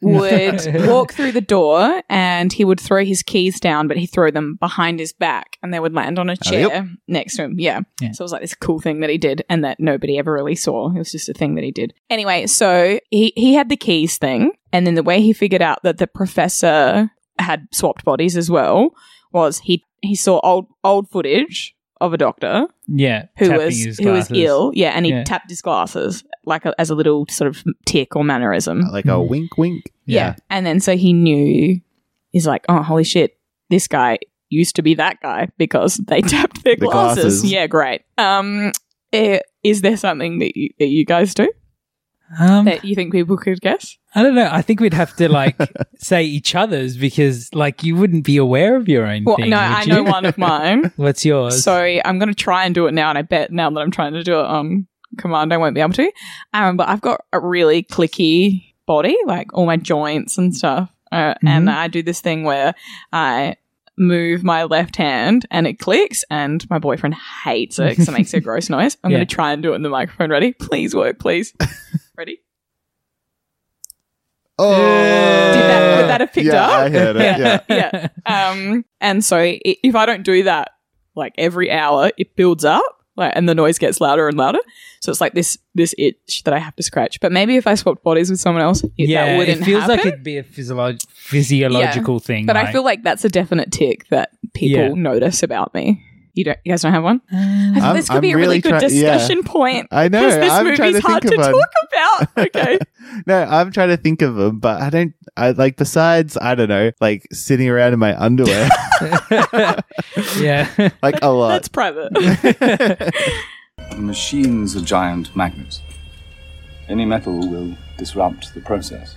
Speaker 4: would walk through the door and he would throw his keys down, but he throw them behind his back and they would land on a
Speaker 13: Oh,
Speaker 4: chair
Speaker 13: yep.
Speaker 4: next to him. Yeah.
Speaker 13: Yeah.
Speaker 4: So it was like this cool thing that he did and that nobody ever really saw. It was just a thing that he did. Anyway, so he, he had the keys thing. And then the way he figured out that the professor had swapped bodies as well was he he saw old old footage of a doctor
Speaker 3: Yeah,
Speaker 4: who
Speaker 3: tapping
Speaker 4: was
Speaker 3: his
Speaker 4: who was
Speaker 3: glasses.
Speaker 4: ill. Yeah, and he
Speaker 3: Yeah.
Speaker 4: tapped his glasses like a, as a little sort of tick or mannerism,
Speaker 3: Oh,
Speaker 5: like a wink, wink.
Speaker 4: mm-hmm. Yeah. and then so he knew. He's like, oh holy shit, this guy used to be that guy because they tapped their
Speaker 13: The
Speaker 4: glasses.
Speaker 13: glasses.
Speaker 4: Yeah, great. Um, eh, is there something that you, that you guys do
Speaker 3: Um,
Speaker 4: that you think people could guess?
Speaker 3: I don't know. I think we'd have to like say each other's because like you wouldn't be aware of your own
Speaker 4: Well,
Speaker 3: thing.
Speaker 4: no,
Speaker 3: would
Speaker 4: I
Speaker 3: you?
Speaker 4: know one of mine.
Speaker 3: What's yours?
Speaker 4: So I'm going to try and do it now, and I bet now that I'm trying to do it on command, I won't be able to. Um, but I've got a really clicky body, like all my joints and stuff. Uh, And
Speaker 13: Mhm.
Speaker 4: I do this thing where I move my left hand and it clicks, and my boyfriend hates it because it makes a gross noise. I'm
Speaker 13: Yeah.
Speaker 4: going to try and do it in the microphone. Ready? Please work, please. Ready?
Speaker 5: Oh,
Speaker 4: Did that, would that have picked
Speaker 5: yeah,
Speaker 4: up?
Speaker 5: I heard it. Yeah.
Speaker 4: yeah. Um, and so i- if I don't do that, like every hour, it builds up, like, and the noise gets louder and louder. So it's like this this itch that I have to scratch. But maybe if I swapped bodies with someone else, it,
Speaker 3: yeah,
Speaker 4: that wouldn't
Speaker 3: it feels
Speaker 4: happen.
Speaker 3: like it'd be a physiolog- physiological
Speaker 4: Yeah.
Speaker 3: thing.
Speaker 4: But I feel like that's a definite tick that people
Speaker 3: Yeah. Uh,
Speaker 4: notice about me. You don't, you guys don't have one. I thought
Speaker 5: I'm-
Speaker 4: this could
Speaker 5: I'm
Speaker 4: be a really,
Speaker 5: really
Speaker 4: good
Speaker 5: try- yeah.
Speaker 4: discussion point.
Speaker 5: I know,
Speaker 4: 'cause This
Speaker 5: I'm
Speaker 4: movie's
Speaker 5: trying to
Speaker 4: hard
Speaker 5: think
Speaker 4: to
Speaker 5: about-
Speaker 4: talk about. Okay.
Speaker 5: No, I'm trying to think of them, but I don't. I like besides I don't know, like sitting around in my underwear,
Speaker 3: yeah,
Speaker 5: like a lot.
Speaker 4: That's private.
Speaker 9: The machine's a giant magnet. Any metal will disrupt the process.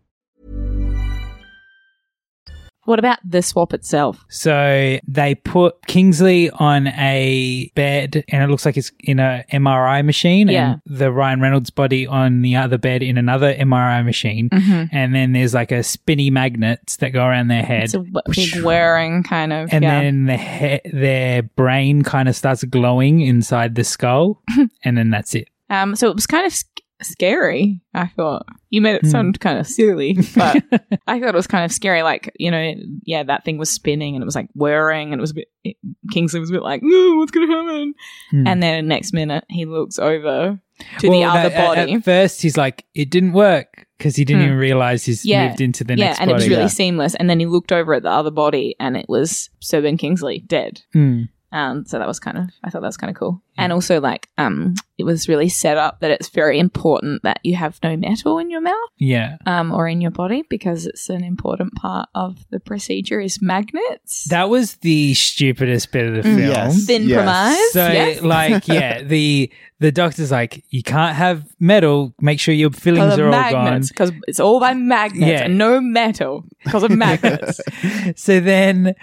Speaker 4: What about the swap itself?
Speaker 3: So they put Kingsley on a bed, and it looks like it's in a MRI machine,
Speaker 4: Yeah.
Speaker 3: and the Ryan Reynolds body on the other bed in another MRI machine.
Speaker 4: Mhm.
Speaker 3: And then there's like a spinny magnets that go around their head.
Speaker 4: It's a w- big whirring kind of.
Speaker 3: and
Speaker 4: yeah.
Speaker 3: then the he- their brain kind of starts glowing inside the skull, and then that's it.
Speaker 4: Um, so it was kind of sc- scary. I thought you made it
Speaker 3: Hmm.
Speaker 4: sound kind of silly, but I thought it was kind of scary. Like you know, yeah, that thing was spinning and it was like whirring, and it was a bit. It, Kingsley was a bit like, "Ooh, what's gonna happen?"
Speaker 3: Hmm.
Speaker 4: And then next minute, he looks over to
Speaker 3: Well, uh,
Speaker 4: the
Speaker 3: no,
Speaker 4: other
Speaker 3: at-
Speaker 4: body.
Speaker 3: At, first, he's like, "It didn't work" because he didn't
Speaker 4: Hmm.
Speaker 3: even realize he's
Speaker 4: yeah,
Speaker 3: moved into the
Speaker 4: yeah,
Speaker 3: next
Speaker 4: and
Speaker 3: body.
Speaker 4: it was really seamless. And then he looked over at the other body, and it was Sir Ben Kingsley dead.
Speaker 3: Hmm.
Speaker 4: Um, so that was kind of I thought that was kind of cool, and also like um, it was really set up that it's very important that you have no metal in your mouth
Speaker 3: Yeah.
Speaker 4: um, or in your body because it's an important part of the procedure is magnets.
Speaker 3: That was the stupidest bit of the
Speaker 4: Mm.
Speaker 3: film.
Speaker 4: Yes, Thin yes. premise,
Speaker 3: So,
Speaker 4: yes.
Speaker 3: like, yeah, the the doctor's like, you can't have metal. Make sure your fillings
Speaker 4: Because of
Speaker 3: are all gone.
Speaker 4: magnets, because it's all by magnets
Speaker 3: Yeah.
Speaker 4: and no metal because of magnets.
Speaker 3: So then,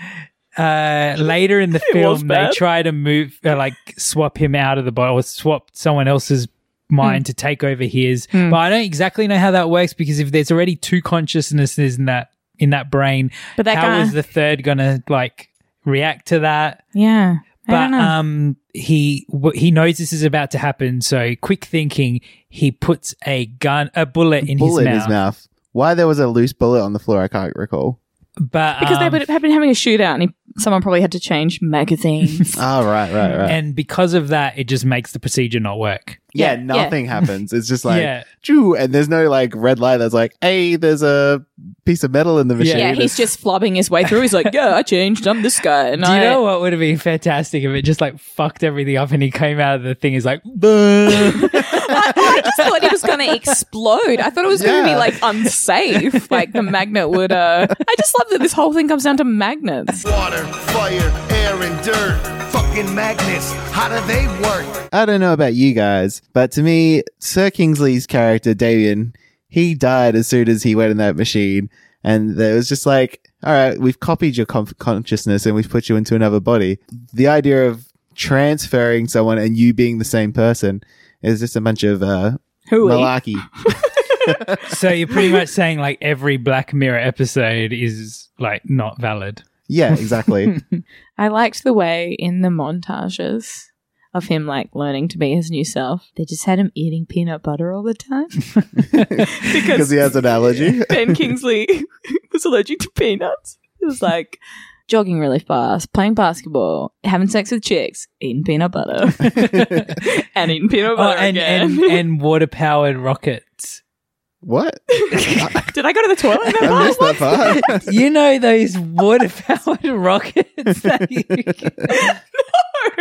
Speaker 3: uh, later in the
Speaker 4: was
Speaker 3: film, they
Speaker 4: bad.
Speaker 3: try to move, uh, like, swap him out of the body or swap someone else's mind
Speaker 4: Mm.
Speaker 3: to take over his.
Speaker 4: Mm.
Speaker 3: But I don't exactly know how that works because if there's already two consciousnesses in that in that brain,
Speaker 4: But that
Speaker 3: how
Speaker 4: guy-
Speaker 3: is the third gonna like react to that?
Speaker 4: yeah, I
Speaker 3: But
Speaker 4: don't know.
Speaker 3: um, he w- he knows this is about to happen. So quick thinking, he puts a gun, a bullet in,
Speaker 5: bullet
Speaker 3: his, mouth.
Speaker 5: Why there was a loose bullet on the floor, I can't recall.
Speaker 3: But
Speaker 4: because they
Speaker 3: um,
Speaker 4: would have been having a shootout, and he, someone probably had to change magazines.
Speaker 3: Ah,
Speaker 5: Oh, right, right, right.
Speaker 3: and because of that, it just makes the procedure not work.
Speaker 5: yeah,
Speaker 4: yeah,
Speaker 5: nothing
Speaker 4: yeah.
Speaker 5: happens. It's just like,
Speaker 3: Yeah.
Speaker 5: "Choo," and there's no like red light that's like, hey, there's a piece of metal in the machine.
Speaker 4: yeah, he's just flobbing his way through. He's like, "Yeah, I changed. I'm this guy." And
Speaker 3: Do you
Speaker 4: I,
Speaker 3: know what would have been fantastic if it just like fucked everything up and he came out of the thing is like, "Bleh."
Speaker 4: I just thought he was going to explode. I thought it was going to be
Speaker 13: Yeah.
Speaker 4: like unsafe, like the magnet would. Uh, I just love that this whole thing comes down to magnets.
Speaker 14: Water, fire, air, and dirt. Fucking magnets, how do they work?
Speaker 5: I don't know about you guys, but to me, Sir Kingsley's character, Damien, he died as soon as he went in that machine. And it was just like, all right, we've copied your con- consciousness and we've put you into another body. The idea of transferring someone and you being the same person is just a bunch of uh,
Speaker 3: Hooey.
Speaker 5: malarkey.
Speaker 3: so you're pretty much saying like every Black Mirror episode is like not valid.
Speaker 5: Yeah, exactly.
Speaker 4: I liked the way in the montages of him like learning to be his new self, they just had him eating peanut butter all the time.
Speaker 5: Because he has an allergy.
Speaker 4: ben Kingsley was allergic to peanuts. It was like jogging really fast, playing basketball, having sex with chicks, eating peanut butter, and eating peanut
Speaker 3: Oh,
Speaker 4: butter
Speaker 3: and,
Speaker 4: again.
Speaker 3: and and water powered rockets.
Speaker 5: What?
Speaker 4: Did I go to the toilet? That part?
Speaker 3: you know those water powered rockets? That you,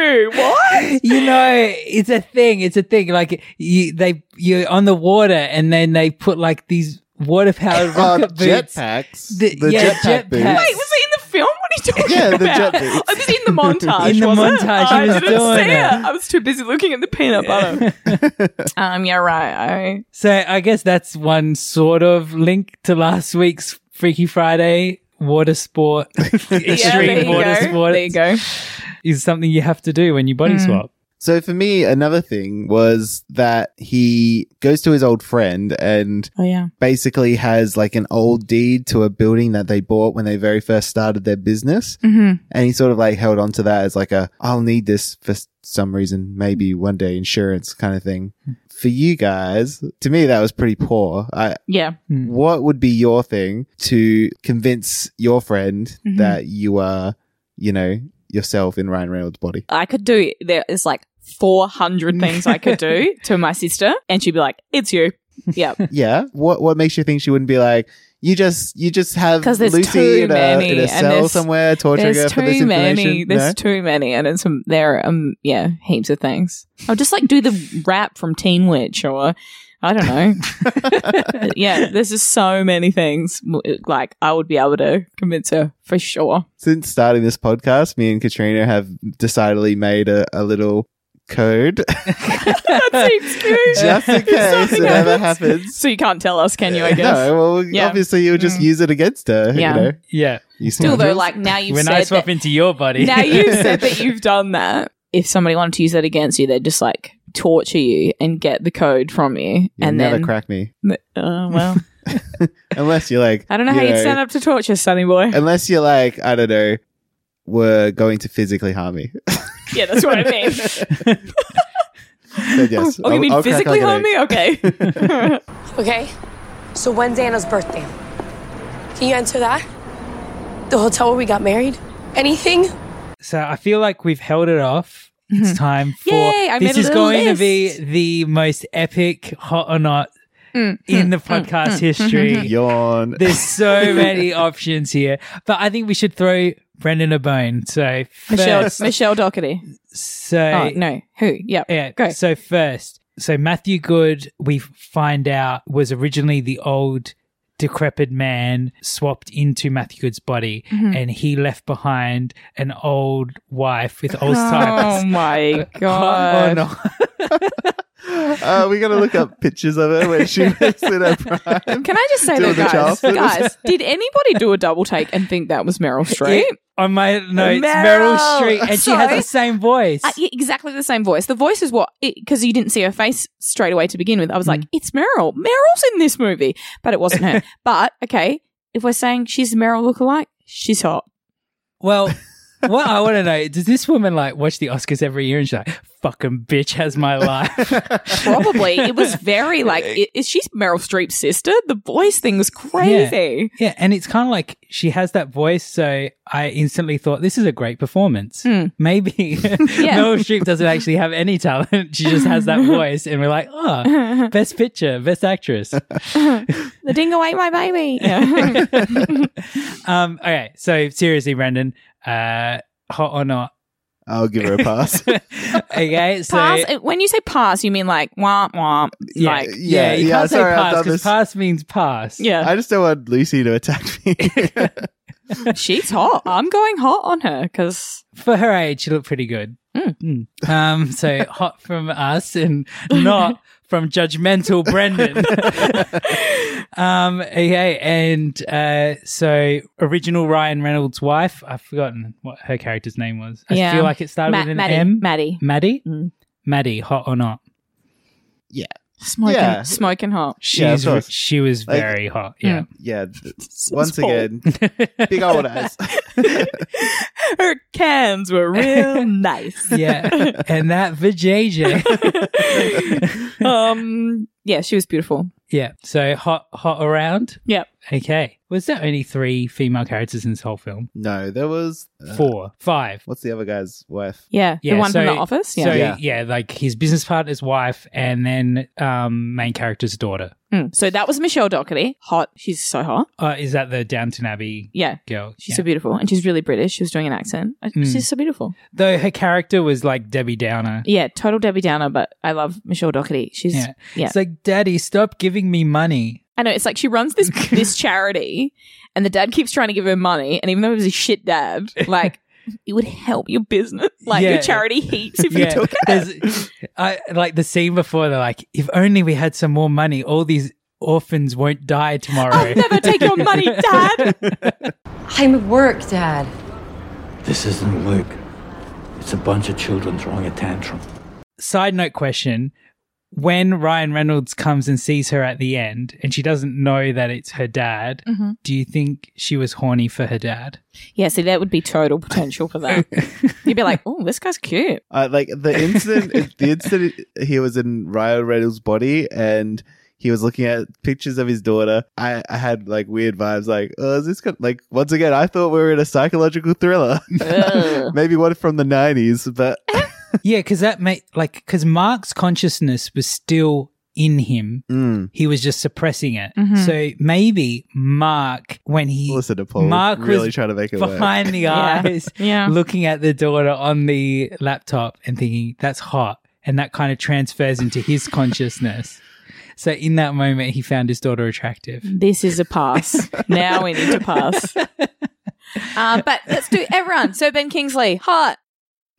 Speaker 4: no, what?
Speaker 3: You know, it's a thing. It's a thing. Like you, they you're on the water, and then they put like these water powered
Speaker 5: Uh,
Speaker 3: rocket boots.
Speaker 5: jetpacks.
Speaker 3: The-
Speaker 5: The
Speaker 3: yeah,
Speaker 5: jetpack boots.
Speaker 3: jetpacks.
Speaker 4: Wait, was he in the film? What are you talking
Speaker 5: Yeah, the
Speaker 4: about?
Speaker 5: jet boots.
Speaker 4: I was in the montage.
Speaker 3: In the
Speaker 4: was it?
Speaker 3: montage, he
Speaker 4: I
Speaker 3: was
Speaker 4: didn't
Speaker 3: doing
Speaker 4: see
Speaker 3: it.
Speaker 4: I was too busy looking at the peanut butter. um, yeah, right. I,
Speaker 3: So I guess that's one sort of link to last week's Freaky Friday water sport,
Speaker 4: there
Speaker 3: extreme
Speaker 4: you
Speaker 3: water
Speaker 4: go.
Speaker 3: sport.
Speaker 4: There you go.
Speaker 3: Is something you have to do when you body
Speaker 4: Mm.
Speaker 3: swap.
Speaker 5: So for me, another thing was that he goes to his old friend and
Speaker 4: Oh, yeah.
Speaker 5: basically has like an old deed to a building that they bought when they very first started their business.
Speaker 4: Mhm.
Speaker 5: And he sort of like held on to that as like a, I'll need this for s- some reason, maybe one day insurance kind of thing. For you guys, to me, that was pretty poor. I,
Speaker 4: Yeah.
Speaker 3: Hmm.
Speaker 5: what would be your thing to convince your friend
Speaker 4: Mhm.
Speaker 5: that you are, you know, yourself in Ryan Reynolds' body?
Speaker 4: I could do there's like 400 things I could do to my sister, and she'd be like, "It's you." Yeah.
Speaker 5: yeah. What what makes you think she wouldn't be like you just you just have
Speaker 4: 'Cause there's
Speaker 5: Lucy
Speaker 4: too
Speaker 5: in a,
Speaker 4: many,
Speaker 5: in a
Speaker 4: and
Speaker 5: cell
Speaker 4: there's-
Speaker 5: somewhere torturing her
Speaker 4: there's
Speaker 5: for this information?
Speaker 4: many. There's
Speaker 5: No?
Speaker 4: too many, and it's um, there. Are, um, yeah, heaps of things. I'll just like do the rap from Teen Witch, or I don't know. yeah, there's just so many things. m- Like I would be able to convince her for sure.
Speaker 5: Since starting this podcast, me and Katrina have decidedly made a, a little code
Speaker 4: that seems cute.
Speaker 5: Just in
Speaker 4: If
Speaker 5: case
Speaker 4: something
Speaker 5: it ever happens.
Speaker 4: So you can't tell us, can you? I guess. Mm.
Speaker 5: no, well, obviously you'll just use it against her.
Speaker 4: Yeah.
Speaker 5: You know?
Speaker 3: Yeah.
Speaker 5: You
Speaker 4: Still though,
Speaker 5: scoundrels.
Speaker 4: like now you've
Speaker 3: when
Speaker 4: said
Speaker 3: I
Speaker 4: that-
Speaker 3: swap into your body.
Speaker 4: Now you've said that you've done that. If somebody wanted to use that against you, they'd just like torture you and get the code from you,
Speaker 5: You'll
Speaker 4: and
Speaker 5: never
Speaker 4: then
Speaker 5: crack me.
Speaker 4: N- Oh well,
Speaker 5: unless you're like
Speaker 4: I don't know how you'd stand up to torture, Sonny boy.
Speaker 5: Unless you're like I don't know, we're going to physically harm me.
Speaker 4: yeah, that's what I mean.
Speaker 5: Then yes,
Speaker 12: Oh, you
Speaker 5: I'll-
Speaker 12: mean
Speaker 5: I'll crack
Speaker 12: physically
Speaker 5: like an
Speaker 12: harm
Speaker 5: egg.
Speaker 12: me? Okay. okay. So when's Anna's birthday? Can you answer that? The hotel where we got married? Anything?
Speaker 3: So I feel like we've held it off. It's time for
Speaker 12: Mm-hmm. Yay, I made
Speaker 3: this
Speaker 12: a
Speaker 3: is
Speaker 12: little
Speaker 3: going to be the most epic hot or not
Speaker 12: Mm-hmm.
Speaker 3: in the podcast history.
Speaker 5: Yawn.
Speaker 3: There's so many options here, but I think we should throw Brendan a bone. So
Speaker 4: Michelle
Speaker 3: first-
Speaker 4: Michelle Doherty.
Speaker 3: So
Speaker 4: Oh, no, who? Yeah,
Speaker 3: yeah. So first, so Matthew Good, we find out was originally the old decrepit man swapped into Matthew Good's body,
Speaker 4: Mhm.
Speaker 12: Mm-hmm.
Speaker 3: and he left behind an old wife with
Speaker 4: Oh
Speaker 3: Alzheimer's.
Speaker 4: my
Speaker 3: Oh,
Speaker 4: god!
Speaker 3: no.
Speaker 5: Uh, we gotta look up pictures of her when she was in her prime.
Speaker 4: Can I just say
Speaker 5: Doing
Speaker 4: though,
Speaker 5: the
Speaker 4: guys?
Speaker 5: Charleston.
Speaker 4: Guys, did anybody do a double take and think that was Meryl Streep?
Speaker 3: On my notes,
Speaker 4: Meryl!
Speaker 3: Meryl, Streep, and she has
Speaker 4: Sorry.
Speaker 3: the same voice.
Speaker 4: Uh, yeah, exactly the same voice. The voice is what because you didn't see her face straight away to begin with.
Speaker 5: Hmm.
Speaker 4: I was like, it's Meryl. Meryl's in this movie, but it wasn't her. but okay, if we're saying she's a Meryl lookalike, she's hot.
Speaker 3: Well, what I want to know does this woman like watch the Oscars every year and she's like, fucking bitch has my life?
Speaker 4: Probably it was very like, i- is she Meryl Streep's sister? The voice thing was crazy.
Speaker 3: Yeah, and it's kind of like she has that voice, so I instantly thought this is a great performance.
Speaker 4: Hmm.
Speaker 3: Maybe Meryl Streep doesn't actually have any talent; she just has that voice, and we're like, oh, best picture, best actress.
Speaker 4: the dingo ate my baby. Yeah.
Speaker 3: um, okay, so seriously, Brandon, uh, hot or not?
Speaker 5: I'll give her a pass.
Speaker 3: okay, so
Speaker 4: pass. Uh, when you say pass, you mean like womp womp.
Speaker 3: yeah,
Speaker 4: like
Speaker 3: yeah, you can't say pass because pass means pass.
Speaker 4: Yeah.
Speaker 5: I just don't want Lucy to attack me.
Speaker 4: she's hot. I'm going hot on her because
Speaker 3: for her age, she looked pretty good.
Speaker 4: Hmm.
Speaker 3: Mm. Um, so hot from us and not from judgmental Brendan. um, okay, and uh, so original Ryan Reynolds' wife. I've forgotten what her character's name was. I
Speaker 4: Yeah.
Speaker 3: feel like it started
Speaker 4: Ma- Hmm.
Speaker 3: with an
Speaker 4: Maddie. Maddie.
Speaker 3: M. Maddie. Maddie, hot or not?
Speaker 5: Yeah.
Speaker 4: smoking,
Speaker 5: Yeah.
Speaker 4: smoking hot.
Speaker 3: She's
Speaker 5: Yeah, of course.
Speaker 3: she was
Speaker 5: Like-
Speaker 3: very hot.
Speaker 4: Hmm.
Speaker 3: Yeah.
Speaker 5: Yeah. th- Once
Speaker 4: Paul.
Speaker 5: again, big old ass.
Speaker 4: Her cans were real nice.
Speaker 3: yeah. And that vajayjay.
Speaker 4: Um. Yeah, she was beautiful.
Speaker 3: yeah. So hot hot around.
Speaker 4: Yep.
Speaker 3: Okay. Was there only three female characters in this whole film?
Speaker 5: No, there was uh,
Speaker 3: Four. Five.
Speaker 5: What's the other guy's wife?
Speaker 4: Yeah. the one from the office. Yeah.
Speaker 3: So yeah.
Speaker 5: Yeah.
Speaker 3: like his business partner's wife and then um main character's daughter.
Speaker 4: Mm. So that was Michelle Doherty. Hot. She's so hot.
Speaker 3: Uh, is that the Downton Abbey
Speaker 4: Yeah.
Speaker 3: girl?
Speaker 4: She's
Speaker 3: Yeah.
Speaker 4: so beautiful, and she's really British. She was doing an accent. Uh,
Speaker 3: Mm.
Speaker 4: She's so beautiful.
Speaker 3: Though her character was like Debbie Downer.
Speaker 4: Yeah, total Debbie Downer, but I love Michelle Doherty. She's yeah.
Speaker 3: It's like, Daddy, stop giving me money.
Speaker 4: I know. It's like she runs this this charity, and the dad keeps trying to give her money, and even though he was a shit dad, like it would help your business, like
Speaker 3: Yeah.
Speaker 4: your charity heaps if you
Speaker 3: Yeah,
Speaker 4: took it.
Speaker 3: there's- I like the scene before. They're like, if only we had some more money, all these orphans won't
Speaker 4: Oh,
Speaker 3: die tomorrow.
Speaker 4: I'll never take your money, dad.
Speaker 13: I'm at work, Dad.
Speaker 15: This isn't Luke. It's a bunch of children throwing a tantrum.
Speaker 3: Side note question: When Ryan Reynolds comes and sees her at the end, and she doesn't know that it's her dad,
Speaker 4: Mhm.
Speaker 3: do you think she was horny for her dad?
Speaker 4: Yeah, see, that would be total potential for that. You'd be like, oh, this guy's cute.
Speaker 5: Uh, like the instant, the instant he was in Ryan Reynolds' body and he was looking at pictures of his daughter, I, I had like weird vibes. Like, oh, is this gonna, like once again? I thought we were in a psychological thriller, maybe one from the nineties, but
Speaker 3: yeah, because that made like because Mark's consciousness was still in him.
Speaker 5: mm,
Speaker 3: He was just suppressing it.
Speaker 5: Mhm.
Speaker 3: So maybe Mark, when he
Speaker 5: listen to Paul,
Speaker 3: Mark
Speaker 5: really
Speaker 3: was
Speaker 5: trying to make it work.
Speaker 3: behind the
Speaker 4: Yeah.
Speaker 3: eyes,
Speaker 4: Yeah.
Speaker 3: looking at the daughter on the laptop and thinking that's hot, and that kind of transfers into his consciousness. So in that moment, he found his daughter attractive.
Speaker 4: This is a pass. now we need to pass. Um, but let's do everyone. So Ben Kingsley, hot.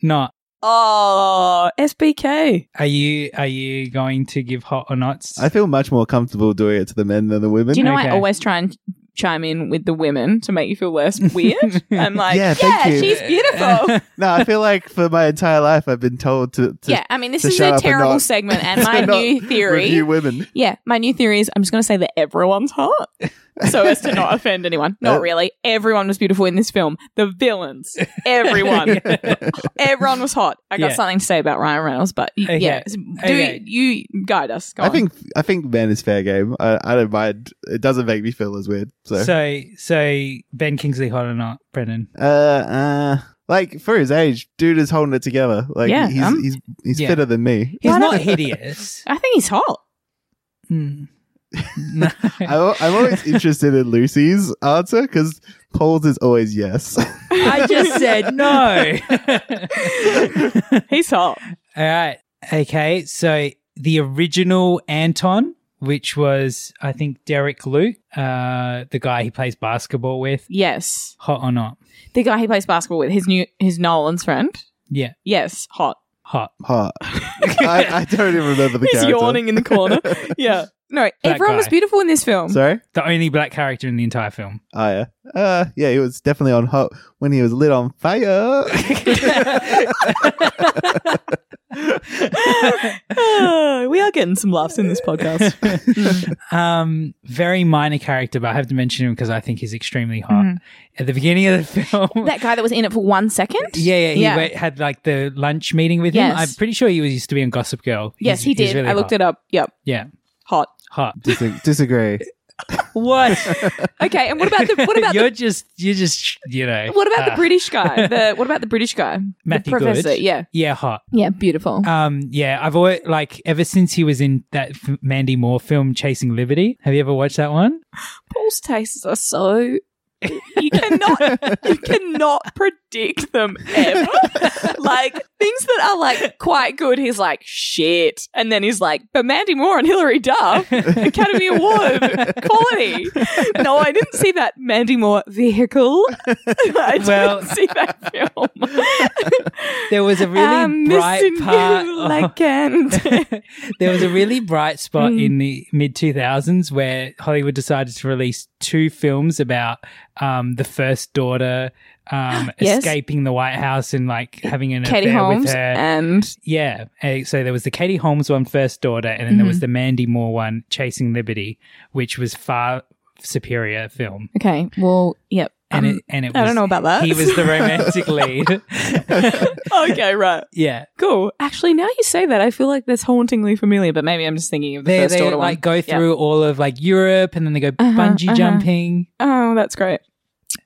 Speaker 3: Not
Speaker 4: Oh, SBK.
Speaker 3: are you are you going to give hot or not?
Speaker 5: I feel much more comfortable doing it to the men than the women.
Speaker 4: Do you know I always try and chime in with the women to make you feel less weird? I'm like,
Speaker 5: Yeah,
Speaker 4: yeah,
Speaker 5: thank you.
Speaker 4: she's beautiful.
Speaker 5: no, I feel like for my entire life I've been told to. to
Speaker 4: yeah, I mean, this
Speaker 5: to
Speaker 4: is
Speaker 5: shut
Speaker 4: a
Speaker 5: up and
Speaker 4: terrible
Speaker 5: not-
Speaker 4: segment, and
Speaker 5: to
Speaker 4: my
Speaker 5: not
Speaker 4: new theory.
Speaker 5: Review women.
Speaker 4: Yeah, my new theory is I'm just going to say that everyone's hot so as to not offend anyone. Not really. Everyone was beautiful in this film. The villains, everyone. everyone was hot. I got
Speaker 5: Yeah.
Speaker 4: something to say about Ryan Reynolds, but y-
Speaker 3: Okay.
Speaker 4: yeah, s- do
Speaker 3: Okay.
Speaker 4: you guide us? Go
Speaker 5: I
Speaker 4: on.
Speaker 5: think I think men is fair game. I, I don't mind. It doesn't make me feel as weird. So,
Speaker 3: So so Ben Kingsley hot or not, Brennan?
Speaker 5: uh, uh, like for his age, dude is holding it together. Like
Speaker 3: Yeah,
Speaker 5: he's,
Speaker 3: um,
Speaker 5: he's he's
Speaker 3: yeah.
Speaker 5: fitter than me.
Speaker 3: He's not hideous. Hmm.
Speaker 4: I think he's hot.
Speaker 5: I, I'm always interested in Lucy's answer because Paul's is always yes.
Speaker 3: I just said no.
Speaker 4: he's hot.
Speaker 3: All right. Okay. So the original Anton, which was I think Derek Luke, uh, the guy he plays basketball with.
Speaker 4: Yes,
Speaker 3: Hot or not?
Speaker 4: the guy he plays basketball with, his new, his Nolan's friend.
Speaker 3: Yeah.
Speaker 4: Yes, hot.
Speaker 3: Hot.
Speaker 5: Hot. I, I don't even remember the
Speaker 4: he's
Speaker 5: character.
Speaker 4: yawning in the corner. yeah. No, everyone was
Speaker 3: guy.
Speaker 4: beautiful in this film.
Speaker 5: Sorry.
Speaker 3: The only black character in the entire film.
Speaker 5: Oh yeah. Uh, yeah. He was definitely on hot when he was lit on fire.
Speaker 4: Ah, we are getting some laughs in this podcast.
Speaker 3: Um, very minor character, but I have to mention him because I think he's extremely hot.
Speaker 4: Mhm.
Speaker 3: At the beginning of the film,
Speaker 4: that guy that was in it for one second.
Speaker 3: Yeah, yeah, he
Speaker 4: yeah.
Speaker 3: went- had like the lunch meeting with him.
Speaker 4: Yes.
Speaker 3: I'm pretty sure he was used to be on Gossip Girl.
Speaker 4: yes,
Speaker 3: He's-
Speaker 4: he
Speaker 3: he's
Speaker 4: did.
Speaker 3: really
Speaker 4: I looked
Speaker 3: hot.
Speaker 4: it up. Yep,
Speaker 3: Yeah,
Speaker 4: hot.
Speaker 3: hot.
Speaker 5: Dis- disagree.
Speaker 3: What?
Speaker 4: Okay, and what about the what about
Speaker 3: you're
Speaker 4: the,
Speaker 3: just you're just you know.
Speaker 4: what about the
Speaker 3: ah.
Speaker 4: British guy? The what about the British guy? the
Speaker 3: Matthew
Speaker 4: professor.
Speaker 3: Good?
Speaker 4: Yeah,
Speaker 3: yeah, hot.
Speaker 4: yeah, beautiful.
Speaker 3: Um, yeah, I've always like ever since he was in that f- Mandy Moore film, Chasing Liberty. Have you ever watched that one?
Speaker 4: Paul's tastes are so you cannot you cannot predict them ever. like things that are like quite good, he's like shit, and then he's like, but Mandy Moore and Hilary Duff, Academy Award quality. No, I didn't see that Mandy Moore vehicle. I
Speaker 3: Well-
Speaker 4: didn't see that film.
Speaker 3: There was a really
Speaker 4: I'm
Speaker 3: bright
Speaker 4: missing
Speaker 3: part.
Speaker 4: you like and-
Speaker 3: there was a really bright spot
Speaker 4: Mm.
Speaker 3: in the mid 2000s where Hollywood decided to release two films about um, the first daughter um,
Speaker 4: Yes.
Speaker 3: escaping the White House and like having an
Speaker 4: Katie
Speaker 3: affair
Speaker 4: Holmes
Speaker 3: with her.
Speaker 4: and
Speaker 3: yeah, Eh, so there was the Katie Holmes one, First Daughter, and then there was
Speaker 4: Mhm.
Speaker 3: the Mandy Moore one, Chasing Liberty, which was far superior film.
Speaker 4: Okay. Well, yep.
Speaker 3: And
Speaker 4: um,
Speaker 3: it, and it
Speaker 4: I
Speaker 3: was-
Speaker 4: don't know about that.
Speaker 3: He was the romantic lead.
Speaker 4: okay, right.
Speaker 3: Yeah.
Speaker 4: Cool. Actually, now you say that, I feel like that's hauntingly familiar, but maybe I'm just thinking of the
Speaker 3: They,
Speaker 4: first
Speaker 3: they
Speaker 4: order one.
Speaker 3: like go
Speaker 4: Yeah.
Speaker 3: through all of like Europe and then they go
Speaker 4: Uh-huh,
Speaker 3: bungee
Speaker 4: uh-huh.
Speaker 3: jumping.
Speaker 4: Oh, that's great.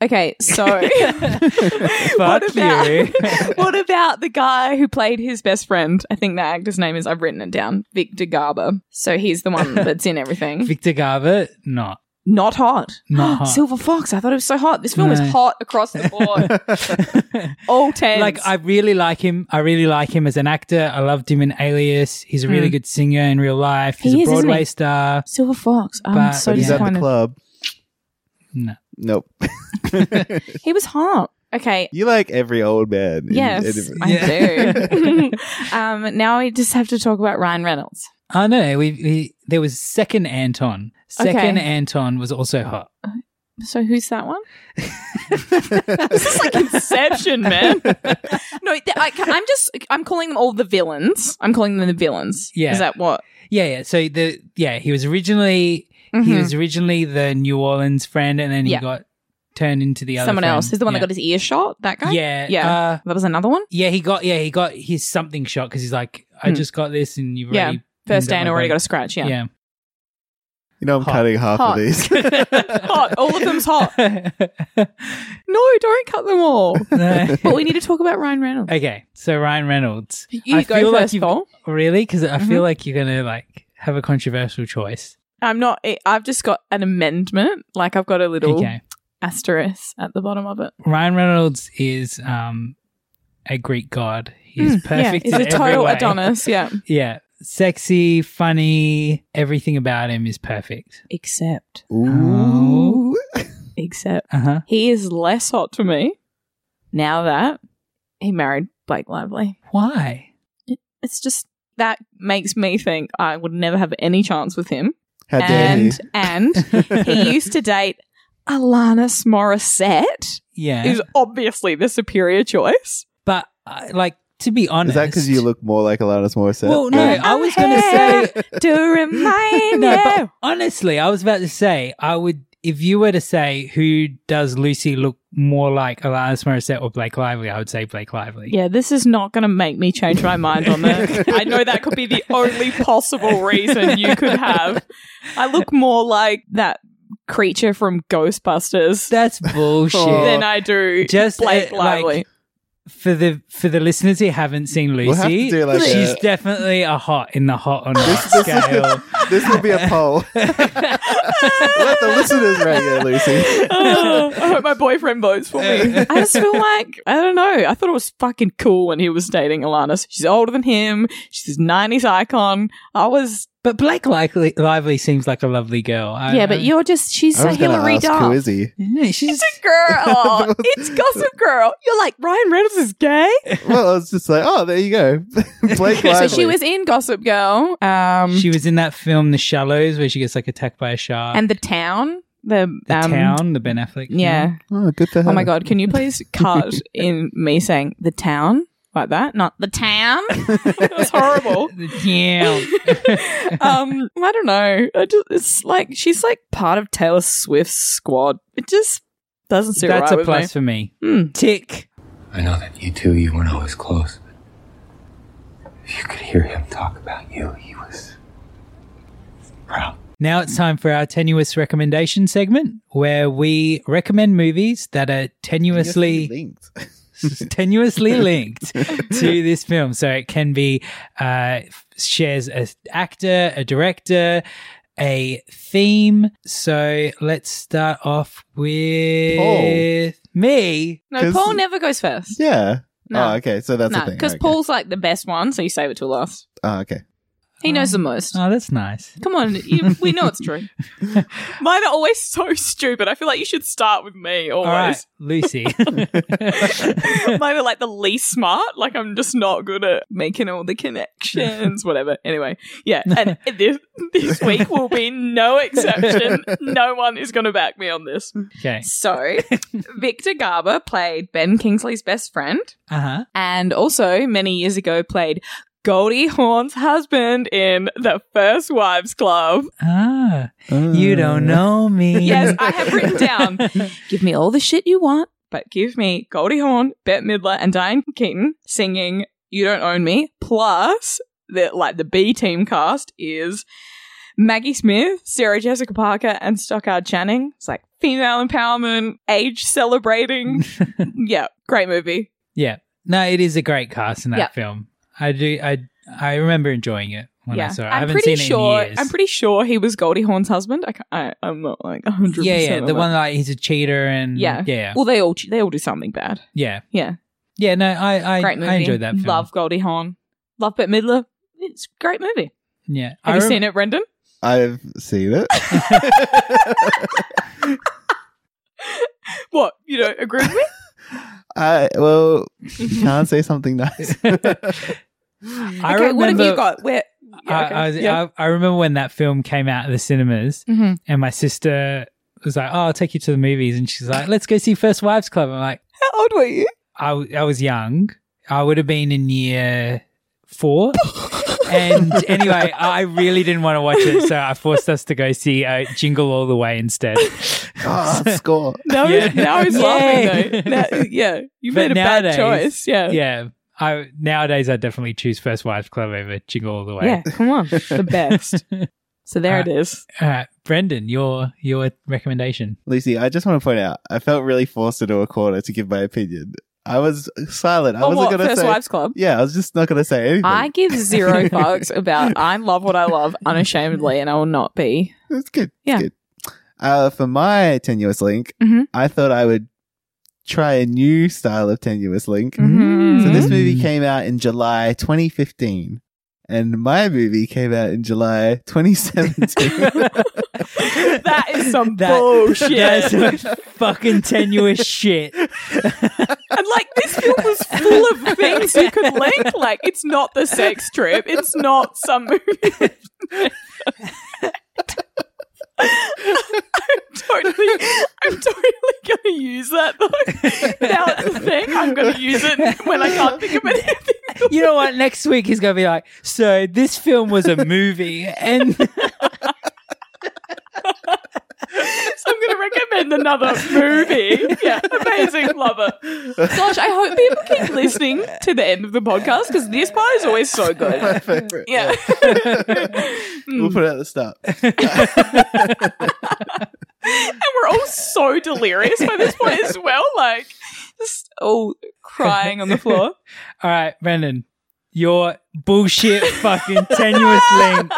Speaker 4: Okay, so
Speaker 3: Fuck
Speaker 4: about-
Speaker 3: you.
Speaker 4: what about the guy who played his best friend? I think that actor's name is, I've written it down, Victor Garber. So he's the one that's in everything.
Speaker 3: Victor Garber, not.
Speaker 4: Not hot.
Speaker 3: Not hot.
Speaker 4: Silver Fox. I thought it was so hot. This film
Speaker 3: No.
Speaker 4: is hot across the board. All 10.
Speaker 3: Like I really like him. I really like him as an actor. I loved him in Alias. He's a really
Speaker 4: Mm.
Speaker 3: good singer in real life. He's
Speaker 4: He
Speaker 3: a
Speaker 4: is, isn't
Speaker 3: Broadway
Speaker 4: he?
Speaker 3: star.
Speaker 4: Silver Fox. I'm
Speaker 3: But-
Speaker 4: so
Speaker 3: But he's at the
Speaker 4: disappointed.
Speaker 5: club.
Speaker 3: No.
Speaker 5: Nope.
Speaker 4: He was hot. Okay.
Speaker 5: You like every old man. in-
Speaker 4: Yes,
Speaker 5: in-
Speaker 4: I do. um, now we just have to talk about Ryan Reynolds.
Speaker 3: Oh no, we, we there was second Anton. Second
Speaker 4: Okay.
Speaker 3: Anton was also hot.
Speaker 4: So who's that one? this is like Inception, man. no, th- I, am just I'm calling them all the villains. I'm calling them the villains.
Speaker 3: Yeah.
Speaker 4: is that what?
Speaker 3: Yeah, yeah. So the yeah, he was originally he
Speaker 4: Mhm.
Speaker 3: was originally the New Orleans friend and then he
Speaker 4: Yeah.
Speaker 3: got turned into the other
Speaker 4: Someone
Speaker 3: friend.
Speaker 4: else. He's the one
Speaker 3: Yeah.
Speaker 4: that got his ear shot. That guy.
Speaker 3: Yeah,
Speaker 4: yeah.
Speaker 3: uh,
Speaker 4: that was another one.
Speaker 3: Yeah, he got yeah, he got his something shot because he's like, I
Speaker 4: Hmm.
Speaker 3: just got this and you've
Speaker 4: Yeah.
Speaker 3: already
Speaker 4: First
Speaker 3: pinned
Speaker 4: Dan
Speaker 3: up my
Speaker 4: already
Speaker 3: body.
Speaker 4: got a scratch. Yeah.
Speaker 3: Yeah.
Speaker 5: You know, I'm cutting half
Speaker 4: Hot.
Speaker 5: of these.
Speaker 4: hot. All of them's hot. no, don't cut them all.
Speaker 3: No.
Speaker 4: but we need to talk about Ryan Reynolds.
Speaker 3: Okay, so Ryan Reynolds.
Speaker 4: You go first,
Speaker 3: you've-
Speaker 4: Paul.
Speaker 3: Really? Because I
Speaker 4: Mhm.
Speaker 3: feel like you're gonna like have a controversial choice.
Speaker 4: I'm not. I- I've just got an amendment. Like I've got a little
Speaker 3: Okay.
Speaker 4: asterisk at the bottom of it.
Speaker 3: Ryan Reynolds is um a Greek god. He's
Speaker 4: Mm, yeah,
Speaker 3: perfect.
Speaker 4: he's
Speaker 3: in
Speaker 4: a
Speaker 3: every
Speaker 4: total
Speaker 3: way.
Speaker 4: Adonis. Yeah,
Speaker 3: Yeah, sexy, funny. Everything about him is perfect.
Speaker 4: except
Speaker 3: Ooh.
Speaker 4: except
Speaker 3: Uh huh.
Speaker 4: he is less hot to me now that he married Blake Lively.
Speaker 3: Why?
Speaker 4: It's just that makes me think I would never have any chance with him.
Speaker 5: How dare
Speaker 4: and
Speaker 5: he.
Speaker 4: and he used to date Alanis Morissette.
Speaker 3: Yeah.
Speaker 4: who's obviously the superior choice.
Speaker 3: But uh, like to be
Speaker 5: Is
Speaker 3: honest,
Speaker 5: that because you look more like Alanis Morissette?
Speaker 3: Well, no, I was gonna say
Speaker 4: to remind
Speaker 3: no,
Speaker 4: you.
Speaker 3: but honestly, I was about to say I would if you were to say who does Lucy look more like Alanis Morissette or Blake Lively, I would say Blake Lively.
Speaker 4: Yeah, this is not going to make me change my mind on that. I know that could be the only possible reason you could have. I look more like that creature from Ghostbusters
Speaker 3: That's bullshit.
Speaker 4: than I do
Speaker 3: Just,
Speaker 4: just Blake
Speaker 3: uh, like,
Speaker 4: Lively.
Speaker 3: for the for the listeners who haven't seen Lucy,
Speaker 5: We'll have to do like
Speaker 3: she's
Speaker 5: a-
Speaker 3: definitely a hot in the hot or not
Speaker 5: this is-
Speaker 3: scale.
Speaker 5: this will be a poll. Let the listeners rate it, Lucy.
Speaker 4: Ugh, I hope my boyfriend votes for me. I just feel like I don't know. I thought it was fucking cool when he was dating Alanis. She's older than him. She's his '90s icon. I was,
Speaker 3: but Blake Lively, Lively seems like a lovely girl. I-
Speaker 4: yeah. But
Speaker 3: I-
Speaker 4: you're just she's
Speaker 5: I
Speaker 4: a
Speaker 5: was gonna
Speaker 4: Hillary
Speaker 5: ask, who
Speaker 4: Duff.
Speaker 5: is he?
Speaker 3: Yeah, she's
Speaker 4: It's a girl. it's Gossip Girl. You're like Ryan Reynolds is gay.
Speaker 5: Well, I was just like, oh, there you go, Blake
Speaker 4: So
Speaker 5: Lively.
Speaker 4: she was in Gossip Girl. Um,
Speaker 3: she was in that film The Shallows where she gets like attacked by a shark.
Speaker 4: and the town. The,
Speaker 3: the
Speaker 4: um,
Speaker 3: town, Mm-hmm. the Ben Affleck. film.
Speaker 4: Yeah.
Speaker 5: Oh, good for her.
Speaker 4: Oh my god! Can you please cut in me saying the town like that, not the town? it was horrible.
Speaker 3: The town.
Speaker 4: um, I don't know. I just, it's like she's like part of Taylor Swift's squad. It just doesn't sit
Speaker 3: That's
Speaker 4: right
Speaker 3: a
Speaker 4: with
Speaker 3: plus for me.
Speaker 4: me. Hmm.
Speaker 3: Tick.
Speaker 7: I know that you two, you weren't always close, but if you could hear him talk about you, he was proud.
Speaker 3: Now it's time for our tenuous recommendation segment where we recommend movies that are tenuously
Speaker 5: linked.
Speaker 3: tenuously linked to this film. So it can be uh, f- shares a actor, a director, a theme. So let's start off with me.
Speaker 4: No, Paul never goes first.
Speaker 5: Yeah.
Speaker 4: No.
Speaker 5: Oh, okay. So that's
Speaker 4: no,
Speaker 5: the thing.
Speaker 4: because
Speaker 5: okay.
Speaker 4: Paul's like the best one, so you save it till last.
Speaker 5: Oh, okay.
Speaker 4: He knows the most.
Speaker 3: Oh, that's nice.
Speaker 4: Come on, you, we know it's true. Mine are always so stupid. I feel like you should start with me
Speaker 3: All right,
Speaker 4: always.
Speaker 3: Lucy.
Speaker 4: Mine are like the least smart. Like I'm just not good at making all the connections, whatever. Anyway, yeah. And this, this week will be no exception. No one is going to back me on this.
Speaker 3: okay.
Speaker 4: So, Victor Garber played Ben Kingsley's best friend,
Speaker 3: Uh huh.
Speaker 4: and also many years ago played Goldie Hawn's husband in The First Wives Club.
Speaker 3: Ah,
Speaker 5: Hmm.
Speaker 3: you don't
Speaker 5: Uh,
Speaker 3: know me.
Speaker 4: Yes, I have written down. give me all the shit you want, but give me Goldie Hawn, Bette Midler, and Diane Keaton singing "You Don't Own Me." Plus, the like the B team cast is Maggie Smith, Sarah Jessica Parker, and Stockard Channing. It's like female empowerment, age celebrating. yeah, great movie.
Speaker 3: Yeah. No, it is a great cast in that
Speaker 4: Yeah.
Speaker 3: film. I do. I I remember enjoying it when I
Speaker 4: yeah,
Speaker 3: saw it. I
Speaker 4: I'm
Speaker 3: haven't
Speaker 4: pretty
Speaker 3: seen it
Speaker 4: sure.
Speaker 3: in years.
Speaker 4: I'm pretty sure he was Goldie Hawn's husband. I, can't- I I'm not like 100.
Speaker 3: yeah, yeah. The one like he's a cheater and
Speaker 4: Yeah.
Speaker 3: yeah,
Speaker 4: Well, they all they all do something bad.
Speaker 3: yeah,
Speaker 4: Yeah.
Speaker 3: yeah. No, I I,
Speaker 4: great movie.
Speaker 3: I enjoyed that film.
Speaker 4: Love Goldie Hawn. Love Bette Midler. It's a great movie.
Speaker 3: Yeah,
Speaker 4: Have
Speaker 3: I
Speaker 4: you
Speaker 3: rem-
Speaker 4: seen it, Brendan?
Speaker 5: I've seen it.
Speaker 4: What? You don't agree with me?
Speaker 5: I well can't say something nice.
Speaker 3: I
Speaker 4: okay, what have you
Speaker 3: remember-
Speaker 4: got? Where?
Speaker 3: I, I, was- I, I remember when that film came out of the cinemas,
Speaker 4: Mhm.
Speaker 3: and my sister was like, "Oh, I'll take you to the movies," and she's like, "Let's go see First Wives Club." I'm like,
Speaker 4: How old were you?
Speaker 3: I, w- I was young. I would have been in year four. and anyway, I really didn't want to watch it, so I forced us to go see uh, Jingle All the Way instead.
Speaker 5: Ah, score.
Speaker 4: Now,
Speaker 3: Yeah.
Speaker 4: now he's laughing
Speaker 3: Yay.
Speaker 4: though. Now- yeah, you
Speaker 3: But
Speaker 4: made a
Speaker 3: nowadays-
Speaker 4: bad choice. Yeah.
Speaker 3: Yeah. I nowadays I definitely choose First Wives Club over Jingle All the Way.
Speaker 4: Yeah, come on. The best. So there it is.
Speaker 3: All right, Uh, Brendan, your your recommendation.
Speaker 5: Lucy, I just want to point out, I felt really forced into a corner to give my opinion. I was silent. I
Speaker 4: On
Speaker 5: wasn't
Speaker 4: Oh, what,
Speaker 5: going to
Speaker 4: First
Speaker 5: say.
Speaker 4: Wives Club?
Speaker 5: Yeah, I was just not going to say anything.
Speaker 4: I give zero fucks about I love what I love unashamedly, and I will not be.
Speaker 5: That's good.
Speaker 4: Yeah.
Speaker 5: Good. Uh, for my tenuous link,
Speaker 4: Mhm.
Speaker 5: I thought I would try a new style of tenuous link.
Speaker 4: Mhm.
Speaker 5: So this movie came out in July 2015, and my movie came out in July 2017.
Speaker 4: That is some
Speaker 3: That-
Speaker 4: bullshit.
Speaker 3: That's some fucking tenuous shit.
Speaker 4: And like this film was full of things you could link. Like it's not the sex trip. It's not some movie. I'm totally, I'm totally going to use that though. Now it's a thing. I'm going to use it when I can't think of anything.
Speaker 3: You know what? Next week he's gonna be like, so this film was a movie, and
Speaker 4: So I'm going to recommend another movie. Yeah, amazing, love it. Gosh, I hope people keep listening to the end of the podcast because this part is always so
Speaker 5: my
Speaker 4: good.
Speaker 5: favorite.
Speaker 4: Yeah.
Speaker 5: We'll put it at the start.
Speaker 4: and we're all so delirious by this point as well. Like, just all crying on the floor.
Speaker 3: All right, Brendan, your bullshit fucking tenuous link.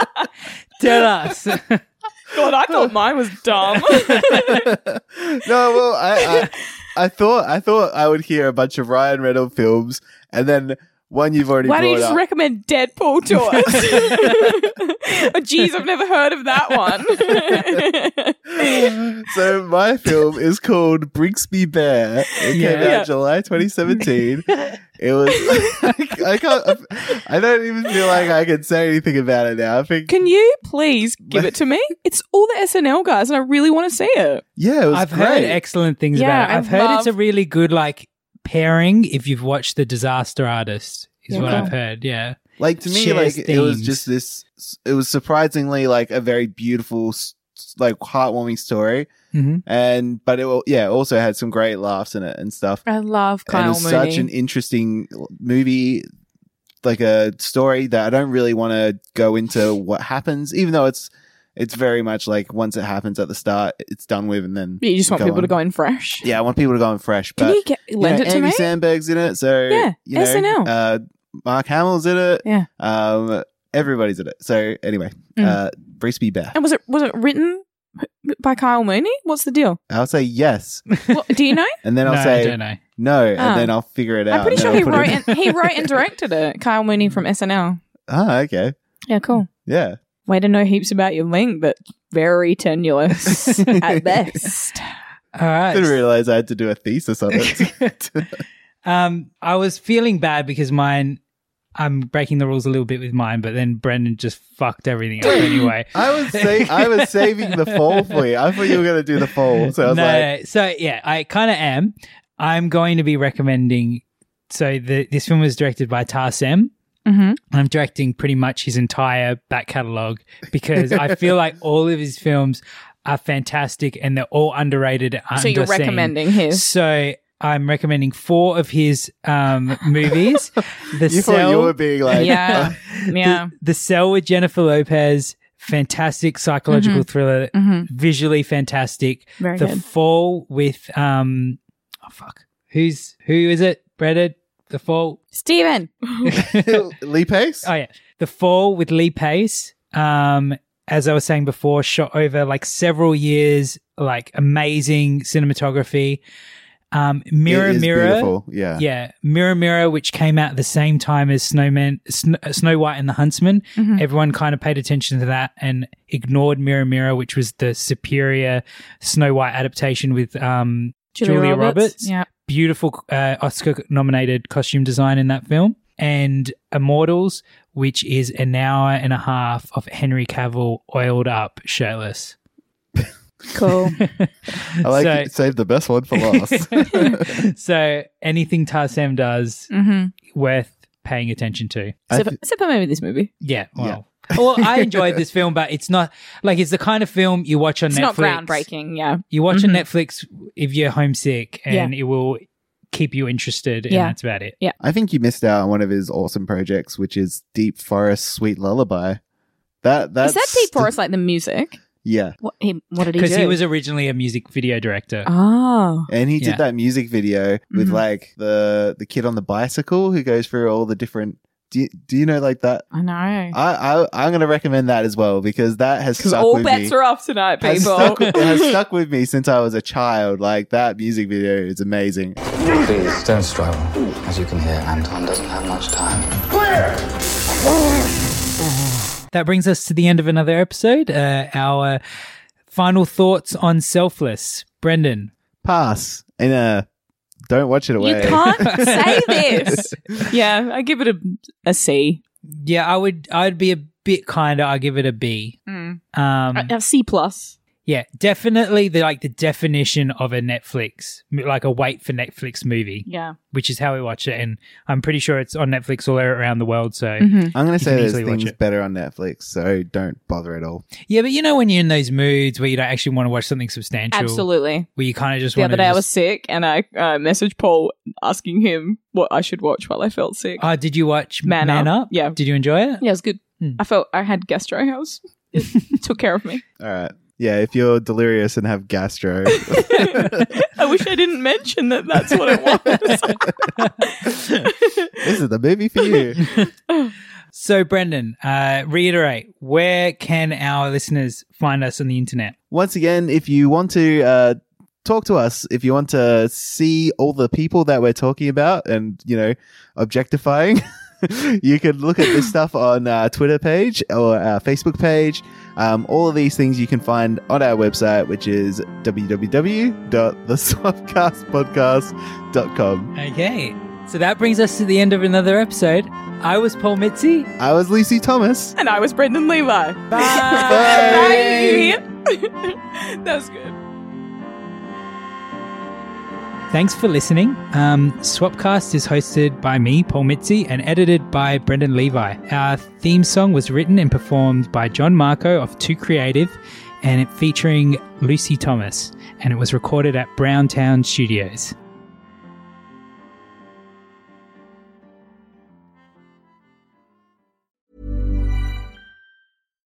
Speaker 3: Tell us.
Speaker 4: God, I thought mine was dumb.
Speaker 5: no, well, I, I, I thought I thought I would hear a bunch of Ryan Reynolds films, and then one you've already
Speaker 4: Why
Speaker 5: brought
Speaker 4: don't you just
Speaker 5: up.
Speaker 4: recommend Deadpool to us? oh, geez, I've never heard of that one.
Speaker 5: so my film is called Brigsby Bear. It
Speaker 3: Yeah.
Speaker 5: came out
Speaker 3: Yeah.
Speaker 5: July 2017. it was. I can't. I don't even feel like I can say anything about it now. I think.
Speaker 4: Can you please give it to me? It's all the SNL guys, and I really want to see it.
Speaker 5: Yeah, it was
Speaker 3: I've heard
Speaker 5: great.
Speaker 3: excellent things
Speaker 4: Yeah,
Speaker 3: about it. I've
Speaker 4: I
Speaker 3: heard it's a
Speaker 4: love-
Speaker 3: really good like pairing if you've watched The Disaster Artist, is
Speaker 4: Yeah.
Speaker 3: what I've
Speaker 4: Cool.
Speaker 3: heard. Yeah.
Speaker 5: like to me, like
Speaker 3: shares
Speaker 5: it was
Speaker 3: themes.
Speaker 5: just this. It was surprisingly like a very beautiful, s- like heartwarming story,
Speaker 3: Mhm.
Speaker 5: and but it al- yeah also had some great laughs in it and stuff.
Speaker 4: I love
Speaker 5: and
Speaker 4: Kyle
Speaker 5: it's
Speaker 4: Mooney.
Speaker 5: such an interesting l- movie like a story that i don't really want to go into what happens even though it's it's very much like once it happens at the start it's done with and then
Speaker 4: But you just want people to go in fresh.
Speaker 5: yeah i want people to go in fresh but
Speaker 4: Can you get, lend
Speaker 5: know,
Speaker 4: it to
Speaker 5: Andy
Speaker 4: me?
Speaker 5: sandberg's in it so
Speaker 4: Yeah,
Speaker 5: you know,
Speaker 4: SNL.
Speaker 5: uh mark hamill's in it
Speaker 4: Yeah.
Speaker 5: um Everybody's in it. So anyway,
Speaker 4: Mm.
Speaker 5: uh, Bruce B. Bear.
Speaker 4: And was it was it written by Kyle Mooney? What's the deal?
Speaker 5: I'll say yes,
Speaker 4: What, do you know?
Speaker 5: and then I'll
Speaker 3: No, I
Speaker 5: say
Speaker 3: don't know.
Speaker 5: no, and
Speaker 4: Ah.
Speaker 5: then I'll figure it out.
Speaker 4: I'm pretty
Speaker 5: and
Speaker 4: sure
Speaker 5: then
Speaker 4: he
Speaker 5: I'll put
Speaker 4: wrote
Speaker 5: it-
Speaker 4: and, he wrote and directed it. Kyle Mooney from SNL.
Speaker 5: Ah, okay.
Speaker 4: Yeah, cool.
Speaker 5: Yeah.
Speaker 4: Way to know heaps about your link, but very tenuous at best.
Speaker 3: All right.
Speaker 5: Didn't realize I had to do a thesis on it.
Speaker 3: Um, I was feeling bad because mine. I'm breaking the rules a little bit with mine, but then Brendan just fucked everything up anyway.
Speaker 5: I was sa- I was saving the fall for you. I thought you were going to do the fall, so I was
Speaker 3: no,
Speaker 5: like,
Speaker 3: so yeah, I kind of am. I'm going to be recommending. So the, this film was directed by Tarsem.
Speaker 4: Mm-hmm.
Speaker 3: I'm directing pretty much his entire back catalog because I feel like all of his films are fantastic and they're all underrated. and
Speaker 4: So you're
Speaker 3: underseen.
Speaker 4: recommending his.
Speaker 3: So I'm recommending four of his um, movies. The
Speaker 5: you
Speaker 3: Cell,
Speaker 5: thought you were being like,
Speaker 4: yeah, yeah.
Speaker 3: the Cell with Jennifer Lopez, fantastic psychological
Speaker 4: Mhm.
Speaker 3: thriller,
Speaker 4: Mhm.
Speaker 3: visually fantastic.
Speaker 4: Very
Speaker 3: the
Speaker 4: good.
Speaker 3: Fall with um, oh fuck, who's who is it? Breaded. The Fall.
Speaker 4: Steven.
Speaker 5: Lee Pace?
Speaker 3: Oh yeah, The Fall with Lee Pace. Um, as I was saying before, shot over like several years, like amazing cinematography. Um, Mirror,
Speaker 5: It is
Speaker 3: Mirror,
Speaker 5: beautiful, yeah.
Speaker 3: yeah, Mirror, Mirror, which came out at the same time as Snowman, Sn- uh, Snow White and the Huntsman.
Speaker 4: Mhm.
Speaker 3: Everyone kind of paid attention to that and ignored Mirror, Mirror, which was the superior Snow White adaptation with um, Julia, Roberts.
Speaker 4: Yeah.
Speaker 3: Beautiful uh, Oscar nominated costume design in that film. And Immortals, which is an hour and a half of Henry Cavill oiled up shirtless.
Speaker 4: Cool.
Speaker 5: I like
Speaker 3: So-
Speaker 5: you saved the best one for last.
Speaker 3: so anything Tarsem does,
Speaker 4: mm-hmm.
Speaker 3: worth paying attention to.
Speaker 5: I
Speaker 4: Except,
Speaker 5: th-
Speaker 4: except for maybe this movie.
Speaker 3: Yeah. Well, well, I enjoyed this film, but it's not like it's the kind of film you watch on
Speaker 4: It's
Speaker 3: Netflix.
Speaker 4: not groundbreaking. Yeah.
Speaker 3: You watch
Speaker 4: Mhm.
Speaker 3: on Netflix if you're homesick, and it will keep you interested, and
Speaker 4: Yeah.
Speaker 3: that's about it.
Speaker 5: I think you missed out on one of his awesome projects, which is Deep Forest Sweet Lullaby. That
Speaker 4: Is
Speaker 5: that's
Speaker 4: that Deep Forest like the music?
Speaker 5: yeah,
Speaker 4: What, he, what did he do?
Speaker 3: Because he was originally a music video director.
Speaker 4: Oh.
Speaker 5: and he did
Speaker 3: Yeah.
Speaker 5: that music video with
Speaker 4: Mhm.
Speaker 5: like the the kid on the bicycle who goes through all the different. Do you, do you know like that?
Speaker 4: I know.
Speaker 5: I, I I'm gonna recommend that as well because that has
Speaker 4: Because
Speaker 5: stuck
Speaker 4: all
Speaker 5: with
Speaker 4: bets
Speaker 5: me.
Speaker 4: are off tonight,
Speaker 5: Has
Speaker 4: people.
Speaker 5: stuck, it has stuck with me since I was a child. Like that music video is amazing.
Speaker 9: Please don't struggle. As you can hear, Anton doesn't have much time.
Speaker 3: That brings us to the end of another episode. Uh, our final thoughts on Selfless, Brendan.
Speaker 5: Pass in a. Don't watch it
Speaker 4: You
Speaker 5: away.
Speaker 4: can't say this. Yeah, I give it a, a C.
Speaker 3: Yeah, I would. I'd be a bit kinder. I give it a B.
Speaker 4: Mm.
Speaker 3: Um,
Speaker 4: A, a C plus.
Speaker 3: Yeah, definitely the like the definition of a Netflix, m- like a wait for Netflix movie,
Speaker 4: Yeah.
Speaker 3: which is how we watch it. And I'm pretty sure it's on Netflix all around the world. So
Speaker 4: Mm-hmm.
Speaker 5: I'm going
Speaker 3: You can
Speaker 5: to say there's
Speaker 3: easily watch
Speaker 5: things
Speaker 3: it.
Speaker 5: better on Netflix, so don't bother at all.
Speaker 3: yeah, but you know when you're in those moods where you don't actually want to watch something substantial,
Speaker 4: Absolutely.
Speaker 3: where you kind of just
Speaker 4: The
Speaker 3: want
Speaker 4: other
Speaker 3: to
Speaker 4: day I was
Speaker 3: just,
Speaker 4: sick and I uh, messaged Paul asking him what I should watch while I felt sick.
Speaker 3: Oh, did you watch
Speaker 4: Man
Speaker 3: Man,
Speaker 4: Up.
Speaker 3: Up?
Speaker 4: Yeah.
Speaker 3: Did you enjoy it?
Speaker 4: yeah, it was good.
Speaker 3: Hmm.
Speaker 4: I felt I had gastro house. It took care of me.
Speaker 5: All right. Yeah, if you're delirious and have gastro,
Speaker 4: I wish I didn't mention that that's what it was.
Speaker 5: this is the movie for you.
Speaker 3: So Brendan, uh, reiterate, where can our listeners find us on the internet?
Speaker 5: Once again, if you want to uh, talk to us, if you want to see all the people that we're talking about and, you know, objectifying, you can look at this stuff on our Twitter page or our Facebook page. Um, all of these things you can find on our website, which is www.theswapcastpodcast.com.
Speaker 3: Okay, so that brings us to the end of another episode. I was Paul Mitzi.
Speaker 5: I was Lucy Thomas.
Speaker 4: and I was Brendan Levi. Bye.
Speaker 5: Bye.
Speaker 4: Bye. that was good.
Speaker 3: Thanks for listening. Um, Swapcast is hosted by me, Paul Mitzi, and edited by Brendan Levi. Our theme song was written and performed by John Marco of Too Creative, and it featuring Lucy Thomas, and it was recorded at Browntown Studios.